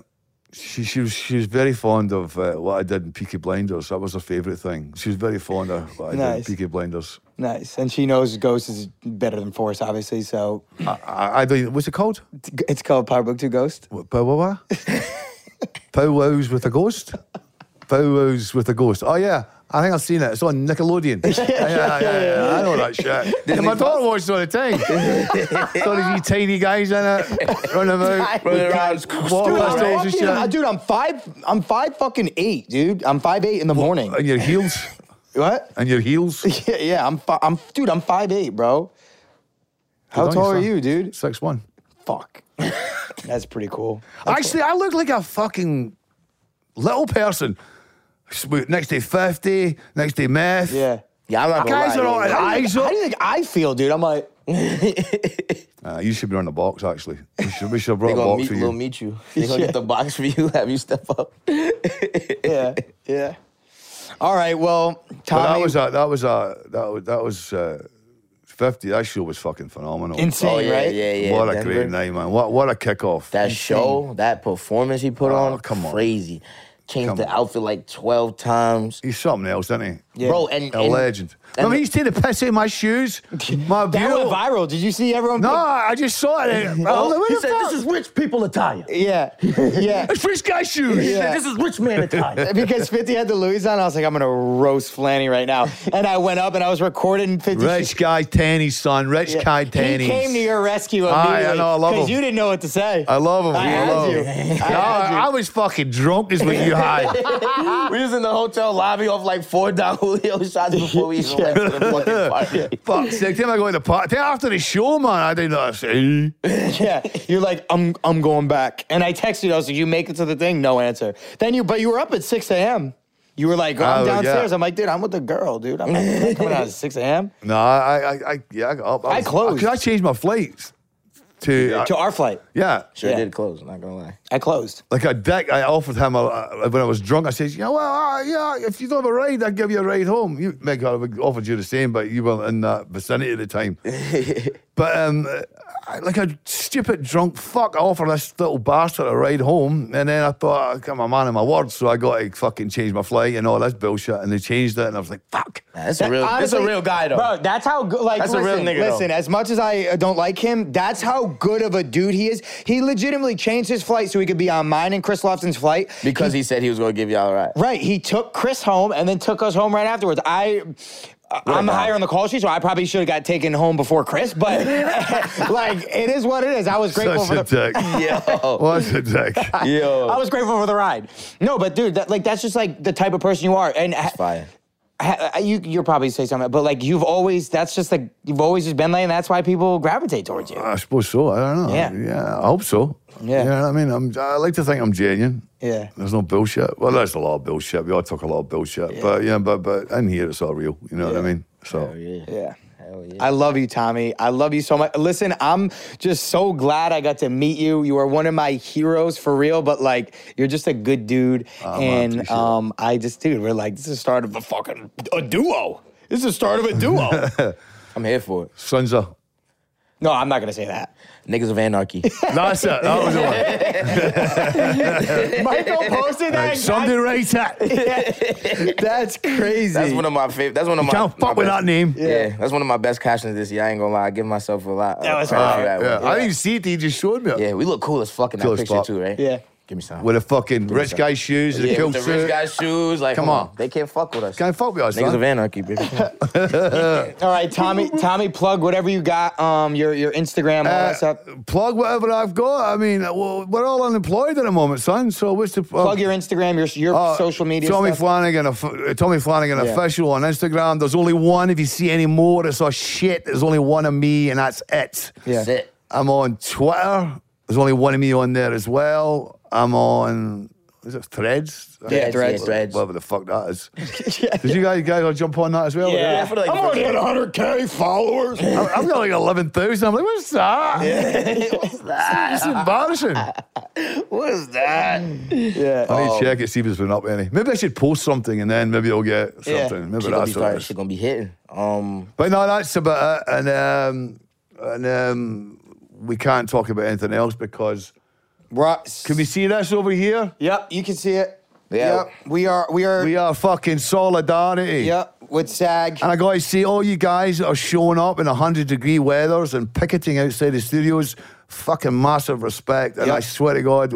[SPEAKER 3] she she was she was very fond of uh, what I did in Peaky Blinders. That was her favourite thing. She was very fond of what I
[SPEAKER 1] Nice.
[SPEAKER 3] did in Peaky Blinders.
[SPEAKER 1] Nice. And she knows Ghost is better than Force, obviously. So
[SPEAKER 3] I, I, I don't. even- What's it called?
[SPEAKER 1] it's called Power Book 2 Ghost.
[SPEAKER 3] What, Pow wow? (laughs) Pow wows with a ghost. Pow wows with a ghost. Oh yeah. I think I've seen it. It's on Nickelodeon. (laughs) yeah, yeah, yeah, yeah. I know that shit. And my daughter watched it all the time. (laughs) Saw these tiny guys in it, running (laughs) about,
[SPEAKER 4] Running around.
[SPEAKER 3] walking
[SPEAKER 1] Dude, I'm
[SPEAKER 3] past
[SPEAKER 1] walking-
[SPEAKER 3] and shit.
[SPEAKER 1] uh, dude, I'm five. I'm five fucking eight, dude. I'm five eight in the morning.
[SPEAKER 3] And your heels.
[SPEAKER 1] What?
[SPEAKER 3] And your heels.
[SPEAKER 1] Yeah, yeah. I'm. Fi- I'm. Dude, I'm five eight, bro. How
[SPEAKER 3] Good on
[SPEAKER 1] tall are
[SPEAKER 3] son.
[SPEAKER 1] you, dude?
[SPEAKER 3] Six one.
[SPEAKER 1] Fuck. (laughs) That's pretty cool.
[SPEAKER 3] Actually, I look like a fucking little person. Sweet. Next day fifty. Next day meth.
[SPEAKER 1] Yeah.
[SPEAKER 4] Yeah, I'm not gonna
[SPEAKER 3] Guys
[SPEAKER 4] lie.
[SPEAKER 3] are all
[SPEAKER 4] yeah.
[SPEAKER 3] eyes up.
[SPEAKER 1] How do you think I feel, dude? I'm like,
[SPEAKER 3] Uh, you should be on the box, actually. We
[SPEAKER 1] (laughs)
[SPEAKER 3] should, we should have brought
[SPEAKER 4] They
[SPEAKER 3] a
[SPEAKER 4] gonna
[SPEAKER 3] box
[SPEAKER 4] meet,
[SPEAKER 3] for you.
[SPEAKER 4] will meet you. They gonna
[SPEAKER 3] (laughs)
[SPEAKER 4] get the box for you. (laughs) Have you step up? (laughs)
[SPEAKER 1] yeah, yeah. All right, well,
[SPEAKER 3] But that
[SPEAKER 1] Tommy,
[SPEAKER 3] was a, that was a, that was, that was uh, 50. That show was fucking phenomenal. Oh,
[SPEAKER 1] insane,
[SPEAKER 4] yeah,
[SPEAKER 1] right?
[SPEAKER 4] yeah, yeah.
[SPEAKER 3] what a
[SPEAKER 4] Denver.
[SPEAKER 3] great night, man. What, what a kickoff.
[SPEAKER 4] That show, that performance he put on,
[SPEAKER 3] Ah, come on.
[SPEAKER 4] crazy. Changed
[SPEAKER 3] Come
[SPEAKER 4] the
[SPEAKER 3] on.
[SPEAKER 4] outfit like twelve times,
[SPEAKER 3] he's something else, isn't he?
[SPEAKER 1] Yeah.
[SPEAKER 4] bro. And,
[SPEAKER 3] A
[SPEAKER 4] and-
[SPEAKER 3] legend.
[SPEAKER 4] and-
[SPEAKER 3] I mean, he's taking the piss out of my
[SPEAKER 1] (laughs)
[SPEAKER 3] shoes. My
[SPEAKER 1] That went
[SPEAKER 3] beautiful.
[SPEAKER 1] viral. Did you see everyone?
[SPEAKER 3] No, I just saw it. I
[SPEAKER 1] (laughs)
[SPEAKER 3] was like, what
[SPEAKER 4] he
[SPEAKER 3] the
[SPEAKER 4] said,
[SPEAKER 3] fuck?
[SPEAKER 4] "This is rich people attire. (laughs)
[SPEAKER 1] Yeah, yeah.
[SPEAKER 3] It's rich guy shoes.
[SPEAKER 4] He said,
[SPEAKER 1] Yeah.
[SPEAKER 4] This is rich man attire."
[SPEAKER 1] (laughs) because 50 had the Louis on, I was like, I'm gonna roast Flanny right now. And I went up and I was recording 50.
[SPEAKER 3] Rich guy Tanny, son.
[SPEAKER 1] (laughs)
[SPEAKER 3] Rich
[SPEAKER 1] Yeah.
[SPEAKER 3] guy
[SPEAKER 1] He
[SPEAKER 3] Tanny.
[SPEAKER 1] came to your rescue
[SPEAKER 3] I
[SPEAKER 1] immediately.
[SPEAKER 3] know, I love
[SPEAKER 1] Because
[SPEAKER 3] him.
[SPEAKER 1] you didn't know what to say.
[SPEAKER 3] I love him.
[SPEAKER 1] I had
[SPEAKER 3] love
[SPEAKER 1] you.
[SPEAKER 3] him.
[SPEAKER 1] I
[SPEAKER 3] No,
[SPEAKER 1] had you.
[SPEAKER 3] I was fucking drunk, is what you
[SPEAKER 1] (laughs)
[SPEAKER 3] had. Ah.
[SPEAKER 4] we was in the hotel lobby off like four (laughs) Don Julio shots before (laughs) we even went to the fucking party.
[SPEAKER 3] Fuck, sake, time I go to the party. Then after the show, man, I uh, did not say.
[SPEAKER 1] yeah. You're like, I'm I'm going back. And I texted you, I was like, you make it to the thing, no answer. Then you but you were up at 6 a.m. You were like, I'm
[SPEAKER 3] Oh, yeah.
[SPEAKER 1] downstairs. I'm like, dude, I'm with the girl, dude.
[SPEAKER 4] (laughs)
[SPEAKER 1] I'm not coming out at 6 a.m.
[SPEAKER 3] No, I, I, I, yeah, I got up.
[SPEAKER 1] I
[SPEAKER 3] was-
[SPEAKER 1] closed.
[SPEAKER 3] 'cause I changed my flights to, uh,
[SPEAKER 1] To our flight.
[SPEAKER 3] yeah.
[SPEAKER 4] Sure
[SPEAKER 1] Yeah.
[SPEAKER 4] did close. Not gonna lie.
[SPEAKER 1] I closed.
[SPEAKER 3] Like a dick, I offered him a, a- when I was drunk. I said, "You know, well, uh, yeah, if you don't have a ride, I'll give you a ride home." You, Meg, I would- offered you the same, but you weren't in that vicinity at the time. but um, I, like a stupid drunk fuck, I offered this little bastard a ride home, and then I thought, "I got a man of my word," so I got to fucking change my flight and all this bullshit, and they changed it, and I was like, "Fuck."
[SPEAKER 4] Nah, that's a real. That's a
[SPEAKER 1] Honestly,
[SPEAKER 4] real guy though.
[SPEAKER 1] Bro, that's how good. Like,
[SPEAKER 4] That's a
[SPEAKER 1] listen,
[SPEAKER 4] real nigga, though.
[SPEAKER 1] Listen, as much as I uh, don't like him, that's how good of a dude he is. He legitimately changed his flight so he could be on mine and Chris Lofton's flight.
[SPEAKER 4] because he said he was gonna give y'all a ride.
[SPEAKER 1] Right, he took Chris home and then took us home right afterwards. I. I- I'm
[SPEAKER 4] guy.
[SPEAKER 1] higher on the call sheet, so I probably should have got taken home before Chris.
[SPEAKER 3] (laughs)
[SPEAKER 1] But (laughs) like, it is what it is. I was grateful
[SPEAKER 3] Such
[SPEAKER 1] for
[SPEAKER 3] a
[SPEAKER 1] the
[SPEAKER 3] dick.
[SPEAKER 4] (laughs) Yo,
[SPEAKER 3] What's a dick?
[SPEAKER 4] yo.
[SPEAKER 1] I was grateful for the ride. No, but dude, that, like that's just like the type of person you are. And ha-
[SPEAKER 4] fire.
[SPEAKER 1] ha- uh, you you'll probably say something, but like you've always that's just like you've always just been like, and that's why people gravitate towards you.
[SPEAKER 3] I suppose so. I don't know.
[SPEAKER 1] Yeah.
[SPEAKER 3] I hope so.
[SPEAKER 1] Yeah.
[SPEAKER 3] You know what I mean? I'm, I like to think I'm genuine.
[SPEAKER 1] Yeah.
[SPEAKER 3] There's no bullshit. Well, there's a lot of bullshit. We all talk a lot of bullshit. But yeah, but but in here it's all real. You know what I mean? So
[SPEAKER 1] Yeah.
[SPEAKER 4] Hell yeah.
[SPEAKER 1] I love you, Tommy. I love you so much. Listen, I'm just so glad I got to meet you. You are one of my heroes for real, but like you're just a good dude. and
[SPEAKER 3] appreciate
[SPEAKER 1] um, I just, dude, we're like, this is the start of a fucking a duo. This is the start of a duo.
[SPEAKER 4] I'm here for it.
[SPEAKER 3] sons of
[SPEAKER 1] no, I'm not gonna say that.
[SPEAKER 4] Niggas of anarchy.
[SPEAKER 3] that's it. That was the one.
[SPEAKER 1] (laughs) Michael posted
[SPEAKER 3] (laughs)
[SPEAKER 1] that.
[SPEAKER 3] Somebody write it.
[SPEAKER 1] That's crazy.
[SPEAKER 4] That's one of my favorite. That's one of my.
[SPEAKER 3] Can't
[SPEAKER 4] my
[SPEAKER 3] fuck with
[SPEAKER 4] best-
[SPEAKER 3] that name.
[SPEAKER 4] Yeah. that's one of my best captions this year. I ain't gonna lie. I give myself a lot.
[SPEAKER 1] That was
[SPEAKER 4] credit for
[SPEAKER 1] hard.
[SPEAKER 4] that
[SPEAKER 3] Yeah.
[SPEAKER 4] one.
[SPEAKER 3] I didn't see it. He just showed me it.
[SPEAKER 4] Yeah, we look cool as fuck in that
[SPEAKER 3] Cool as
[SPEAKER 4] picture
[SPEAKER 3] fuck.
[SPEAKER 4] too, right?
[SPEAKER 1] Yeah.
[SPEAKER 4] Give me some.
[SPEAKER 3] With the fucking rich
[SPEAKER 4] that.
[SPEAKER 3] guy shoes and
[SPEAKER 4] yeah,
[SPEAKER 3] the cool
[SPEAKER 4] with the rich
[SPEAKER 3] suit.
[SPEAKER 4] guy's shoes. Like,
[SPEAKER 3] Come
[SPEAKER 4] come on.
[SPEAKER 3] on.
[SPEAKER 4] They can't fuck with us.
[SPEAKER 3] Can't fuck with us.
[SPEAKER 4] Niggas of
[SPEAKER 3] son.
[SPEAKER 4] anarchy, baby.
[SPEAKER 1] All right, Tommy. Tommy, plug whatever you got. Um, your your Instagram, all that
[SPEAKER 3] Uh,
[SPEAKER 1] stuff.
[SPEAKER 3] plug whatever I've got. I mean, well, we're all unemployed at the moment, son. So what's the
[SPEAKER 1] Plug your Instagram, your your
[SPEAKER 3] Uh,
[SPEAKER 1] social media.
[SPEAKER 3] Tommy
[SPEAKER 1] stuff.
[SPEAKER 3] Flanagan, of- uh, Tommy Flanagan
[SPEAKER 1] Yeah.
[SPEAKER 3] official on Instagram. There's only one. If you see any more, it's all shit. There's only one of me, and that's it.
[SPEAKER 1] Yeah.
[SPEAKER 4] That's it.
[SPEAKER 3] I'm on Twitter. There's only one of me on there as well. I'm on. Is it Threads?
[SPEAKER 1] Yeah, Threads.
[SPEAKER 4] Threads.
[SPEAKER 3] Whatever the fuck
[SPEAKER 1] (laughs)
[SPEAKER 3] that is. Did you guys, you guys all jump on that as well?
[SPEAKER 4] Yeah, I feel like-
[SPEAKER 1] I'm already at 100k followers.
[SPEAKER 3] I'm, I've got like 11,000. I'm like,
[SPEAKER 1] (laughs)
[SPEAKER 3] what's that? It's embarrassing. I
[SPEAKER 4] What is that?
[SPEAKER 1] yeah.
[SPEAKER 3] need to check it, see if it's been up any. Maybe I should post something and then maybe I'll get something.
[SPEAKER 1] Yeah.
[SPEAKER 3] Maybe
[SPEAKER 4] She gonna, be
[SPEAKER 3] that's what it
[SPEAKER 4] starting,
[SPEAKER 3] is.
[SPEAKER 4] she gonna be hitting. Um,
[SPEAKER 3] But no, that's about it. And um, and um, we can't talk about anything else because
[SPEAKER 1] Right.
[SPEAKER 3] can we see this over here?
[SPEAKER 1] Yep, you can see it.
[SPEAKER 4] Yeah.
[SPEAKER 1] Yep. We are we are
[SPEAKER 3] We are fucking solidarity.
[SPEAKER 1] yep, Uh, with SAG.
[SPEAKER 3] And I got to see all you guys that are showing up in 100 degree weathers and picketing outside the studios. Fucking massive respect. And
[SPEAKER 1] Yep.
[SPEAKER 3] I swear to God,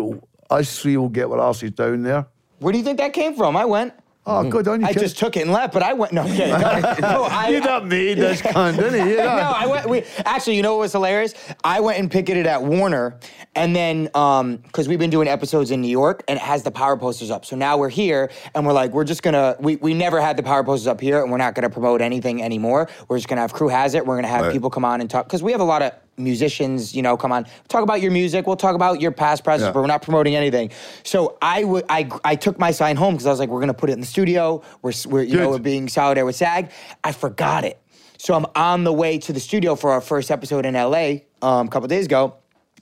[SPEAKER 3] us three will get our asses down there.
[SPEAKER 1] Where do you think that came from? I went.
[SPEAKER 3] Oh, good on you.
[SPEAKER 1] Mm-hmm. I
[SPEAKER 3] kid. (laughs)
[SPEAKER 1] just took it and left, but I went no, (laughs) okay, no, no, I,
[SPEAKER 3] You done made this cunt, didn't you? You
[SPEAKER 1] no,
[SPEAKER 3] done-
[SPEAKER 1] (laughs) I went. We actually, you know what was hilarious? I went and picketed at Warner, and then um, because we've been doing episodes in New York, and it has the power posters up. So now we're here, and we're like, we're just gonna. We we never had the power posters up here, and we're not gonna promote anything anymore. We're just gonna have crew has it. We're gonna have
[SPEAKER 3] Right.
[SPEAKER 1] people come on and talk because we have a lot of musicians. You know, come on, talk about your music. We'll talk about your past, present,
[SPEAKER 3] Yeah.
[SPEAKER 1] but we're not promoting anything. So I would I I took my sign home because I was like, we're gonna put it in the studio. We're s- we're you know
[SPEAKER 3] Good.
[SPEAKER 1] we're being solidaire with SAG. I forgot it. So I'm on the way to the studio for our first episode in LA um, a couple days ago.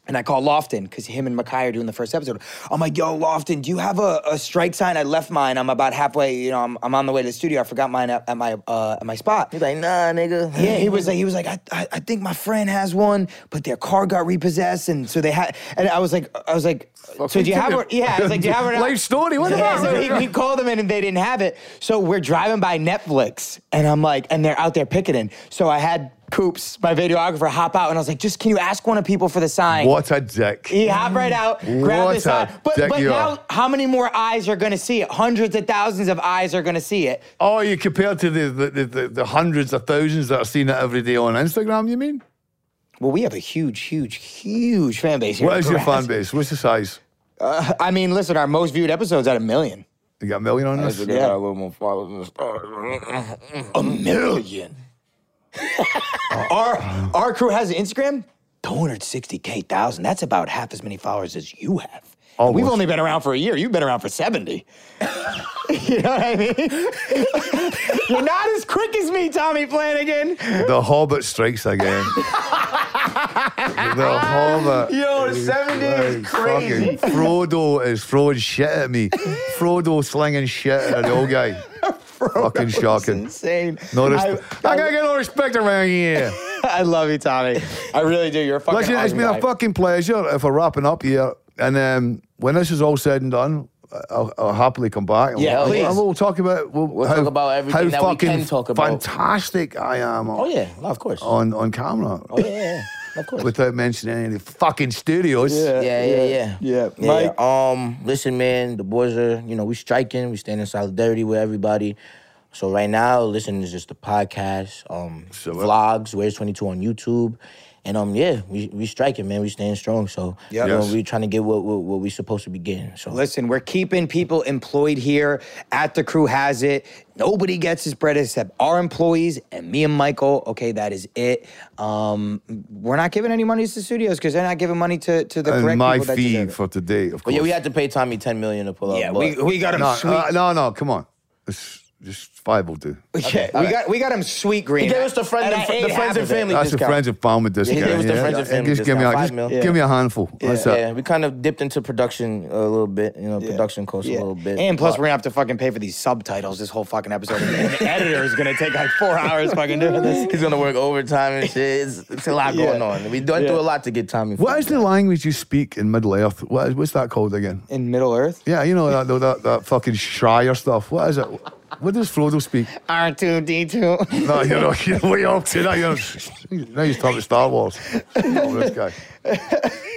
[SPEAKER 1] And I call Lofton because him and Makai are doing the first episode. I'm like, yo, Lofton, do you have a, a strike sign? I left mine. I'm about halfway, you know, I'm, I'm on the way to the studio. I forgot mine at, at my uh, at my spot.
[SPEAKER 4] He's like, nah, nigga.
[SPEAKER 1] Yeah, he was like, he was like, I, I, I think my friend has one, but their car got repossessed, and so they had. And I was like, I was like, so do you have one? Yeah, I was like, do you have one?
[SPEAKER 3] (laughs) Life story, what
[SPEAKER 1] yeah,
[SPEAKER 3] about
[SPEAKER 1] so
[SPEAKER 3] it?
[SPEAKER 1] he, he called them in and they didn't have it. So we're driving by Netflix, and I'm like, and they're out there picketing. So I had Coops, my videographer, hop out, and I was like, just can you ask one of people for the sign?
[SPEAKER 3] What a dick.
[SPEAKER 1] He hopped right out, grabbed
[SPEAKER 3] What
[SPEAKER 1] the
[SPEAKER 3] a
[SPEAKER 1] sign. But,
[SPEAKER 3] dick
[SPEAKER 1] but
[SPEAKER 3] you
[SPEAKER 1] now,
[SPEAKER 3] are.
[SPEAKER 1] how many more eyes are going to see it? Hundreds of thousands of eyes are going to see it.
[SPEAKER 3] Oh, you compared to the, the, the, the, the hundreds of thousands that are seeing it every day on Instagram, you mean?
[SPEAKER 1] Well, we have a huge, huge, huge fan base here.
[SPEAKER 3] What is your
[SPEAKER 1] Correct.
[SPEAKER 3] fan base? What's the size?
[SPEAKER 1] I mean, listen, our most viewed episode's at a million.
[SPEAKER 3] You got a million on this?
[SPEAKER 1] Yeah.
[SPEAKER 4] Got a little more followers than the stars.
[SPEAKER 1] A million. (laughs) our our crew has an Instagram. 260k thousand. That's about half as many followers as you have. And We've
[SPEAKER 3] Almost.
[SPEAKER 1] only been around for a year. You've been around for 70. (laughs) you know what I mean? (laughs) You're not as quick as me, Tommy Flanagan.
[SPEAKER 3] The Hobbit
[SPEAKER 1] (laughs)
[SPEAKER 3] strikes again. the Hobbit.
[SPEAKER 4] Yo,
[SPEAKER 3] is
[SPEAKER 4] 70 is
[SPEAKER 3] like
[SPEAKER 4] crazy.
[SPEAKER 3] fucking- Frodo is throwing shit at me. Frodo slinging shit at an old
[SPEAKER 4] (laughs)
[SPEAKER 3] guy. fucking
[SPEAKER 1] That's
[SPEAKER 3] shocking.
[SPEAKER 1] insane.
[SPEAKER 3] No
[SPEAKER 1] I,
[SPEAKER 3] respect. I, gotta get no respect around here.
[SPEAKER 1] I love you, Tommy. I really do. You're a fucking
[SPEAKER 3] Listen, it's
[SPEAKER 1] awesome
[SPEAKER 3] been
[SPEAKER 1] guy.
[SPEAKER 3] a fucking pleasure if we're wrapping up here. And um, when this is all said and done, I'll, I'll happily come back. And
[SPEAKER 1] Yeah,
[SPEAKER 3] we'll,
[SPEAKER 1] please.
[SPEAKER 3] And we'll talk about we'll,
[SPEAKER 4] We'll talk about everything that we can talk about.
[SPEAKER 3] Fantastic, I am.
[SPEAKER 4] Oh, yeah. No, of course. Oh,
[SPEAKER 3] on on camera
[SPEAKER 4] yeah, yeah, yeah. Of course.
[SPEAKER 3] without mentioning any of the fucking studios.
[SPEAKER 4] yeah, yeah, yeah.
[SPEAKER 1] Yeah, Mike?
[SPEAKER 4] Um, listen, man, the boys are, you know, we striking, we stand in solidarity with everybody. So right now, listen, it's just the podcast, um,
[SPEAKER 3] what-
[SPEAKER 4] vlogs, Where's 22 on YouTube. And um, yeah, we we striking, man. We staying strong. So
[SPEAKER 1] Yep.
[SPEAKER 4] you know,
[SPEAKER 3] Yes.
[SPEAKER 4] we trying to get what, what what we supposed to be getting. So
[SPEAKER 1] Listen, we're keeping people employed here at the crew has it. Nobody gets his bread except our employees and me and Michael. Okay, that is it. Um, we're not giving any money to the studios because they're not giving money to, to the correct
[SPEAKER 3] And my
[SPEAKER 1] people that
[SPEAKER 3] fee
[SPEAKER 1] deserve it.
[SPEAKER 3] for today, of
[SPEAKER 4] but
[SPEAKER 3] course.
[SPEAKER 4] yeah, we had to pay Tommy 10 million to pull up.
[SPEAKER 1] yeah,
[SPEAKER 4] but-
[SPEAKER 1] we, we got him
[SPEAKER 3] no,
[SPEAKER 1] sweet.
[SPEAKER 3] uh, no, no, come on. It's just five will
[SPEAKER 4] (laughs)
[SPEAKER 3] do.
[SPEAKER 1] (laughs) yeah, we got we got him sweet green.
[SPEAKER 4] He gave us the friend
[SPEAKER 1] And
[SPEAKER 4] and
[SPEAKER 1] I
[SPEAKER 4] fr- the
[SPEAKER 1] ate
[SPEAKER 4] friends
[SPEAKER 1] half
[SPEAKER 4] and
[SPEAKER 1] of it.
[SPEAKER 4] family.
[SPEAKER 3] That's the
[SPEAKER 4] discount.
[SPEAKER 3] friends and family discount.
[SPEAKER 4] it was the friends and family
[SPEAKER 3] Just give me, a,
[SPEAKER 4] discount, five
[SPEAKER 3] just
[SPEAKER 4] mil.
[SPEAKER 3] give me a handful. That's it.
[SPEAKER 4] yeah, we kind of dipped into production a little bit, you know, production costs
[SPEAKER 1] Yeah.
[SPEAKER 4] a little bit.
[SPEAKER 1] And plus,
[SPEAKER 4] but-
[SPEAKER 1] we're gonna have to fucking pay for these subtitles this whole fucking
[SPEAKER 4] (laughs)
[SPEAKER 1] episode. and the editor is gonna take like four hours fucking doing this.
[SPEAKER 4] He's gonna work overtime and shit. It's, it's a lot
[SPEAKER 1] Yeah.
[SPEAKER 4] going on. We went
[SPEAKER 1] Yeah.
[SPEAKER 4] through a lot to get Tommy.
[SPEAKER 3] What
[SPEAKER 4] Fury.
[SPEAKER 3] is the language you speak in Middle Earth? What is, what's that called again?
[SPEAKER 1] In Middle Earth,
[SPEAKER 3] Yeah, you know that that, that fucking Shire stuff. What is it? What does Frodo speak? (laughs)
[SPEAKER 1] R two D two.
[SPEAKER 3] No, you're not. You're way up to that. You're, now you're talking Star Wars. Oh, this guy.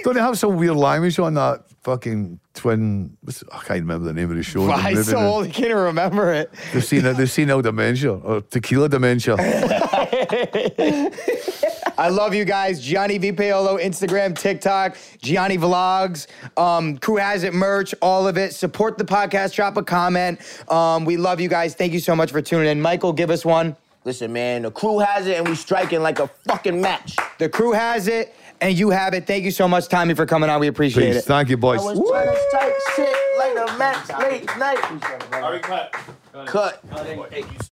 [SPEAKER 3] Don't they have some weird language on that fucking twin? what's- I can't remember the name of the show. the
[SPEAKER 1] Why
[SPEAKER 3] movie
[SPEAKER 1] so
[SPEAKER 3] now.
[SPEAKER 1] old? I can't even remember it.
[SPEAKER 3] They've seen they've seen all dementia or tequila
[SPEAKER 1] (laughs)
[SPEAKER 3] dementia.
[SPEAKER 1] I love you guys. Gianni V. Paolo, Instagram, TikTok, Gianni Vlogs, um, Crew Has It merch, all of it. Support the podcast, drop a comment. Um, we love you guys. Thank you so much for tuning in. Michael, give us one.
[SPEAKER 4] Listen, man, the crew has it, and we striking like a fucking match.
[SPEAKER 1] The crew has it, and you have it. Thank you so much, Tommy, for coming on. We appreciate
[SPEAKER 3] Please,
[SPEAKER 1] it.
[SPEAKER 3] thank you, boys.
[SPEAKER 4] trying to strike shit like a match late night. Cut. Cut.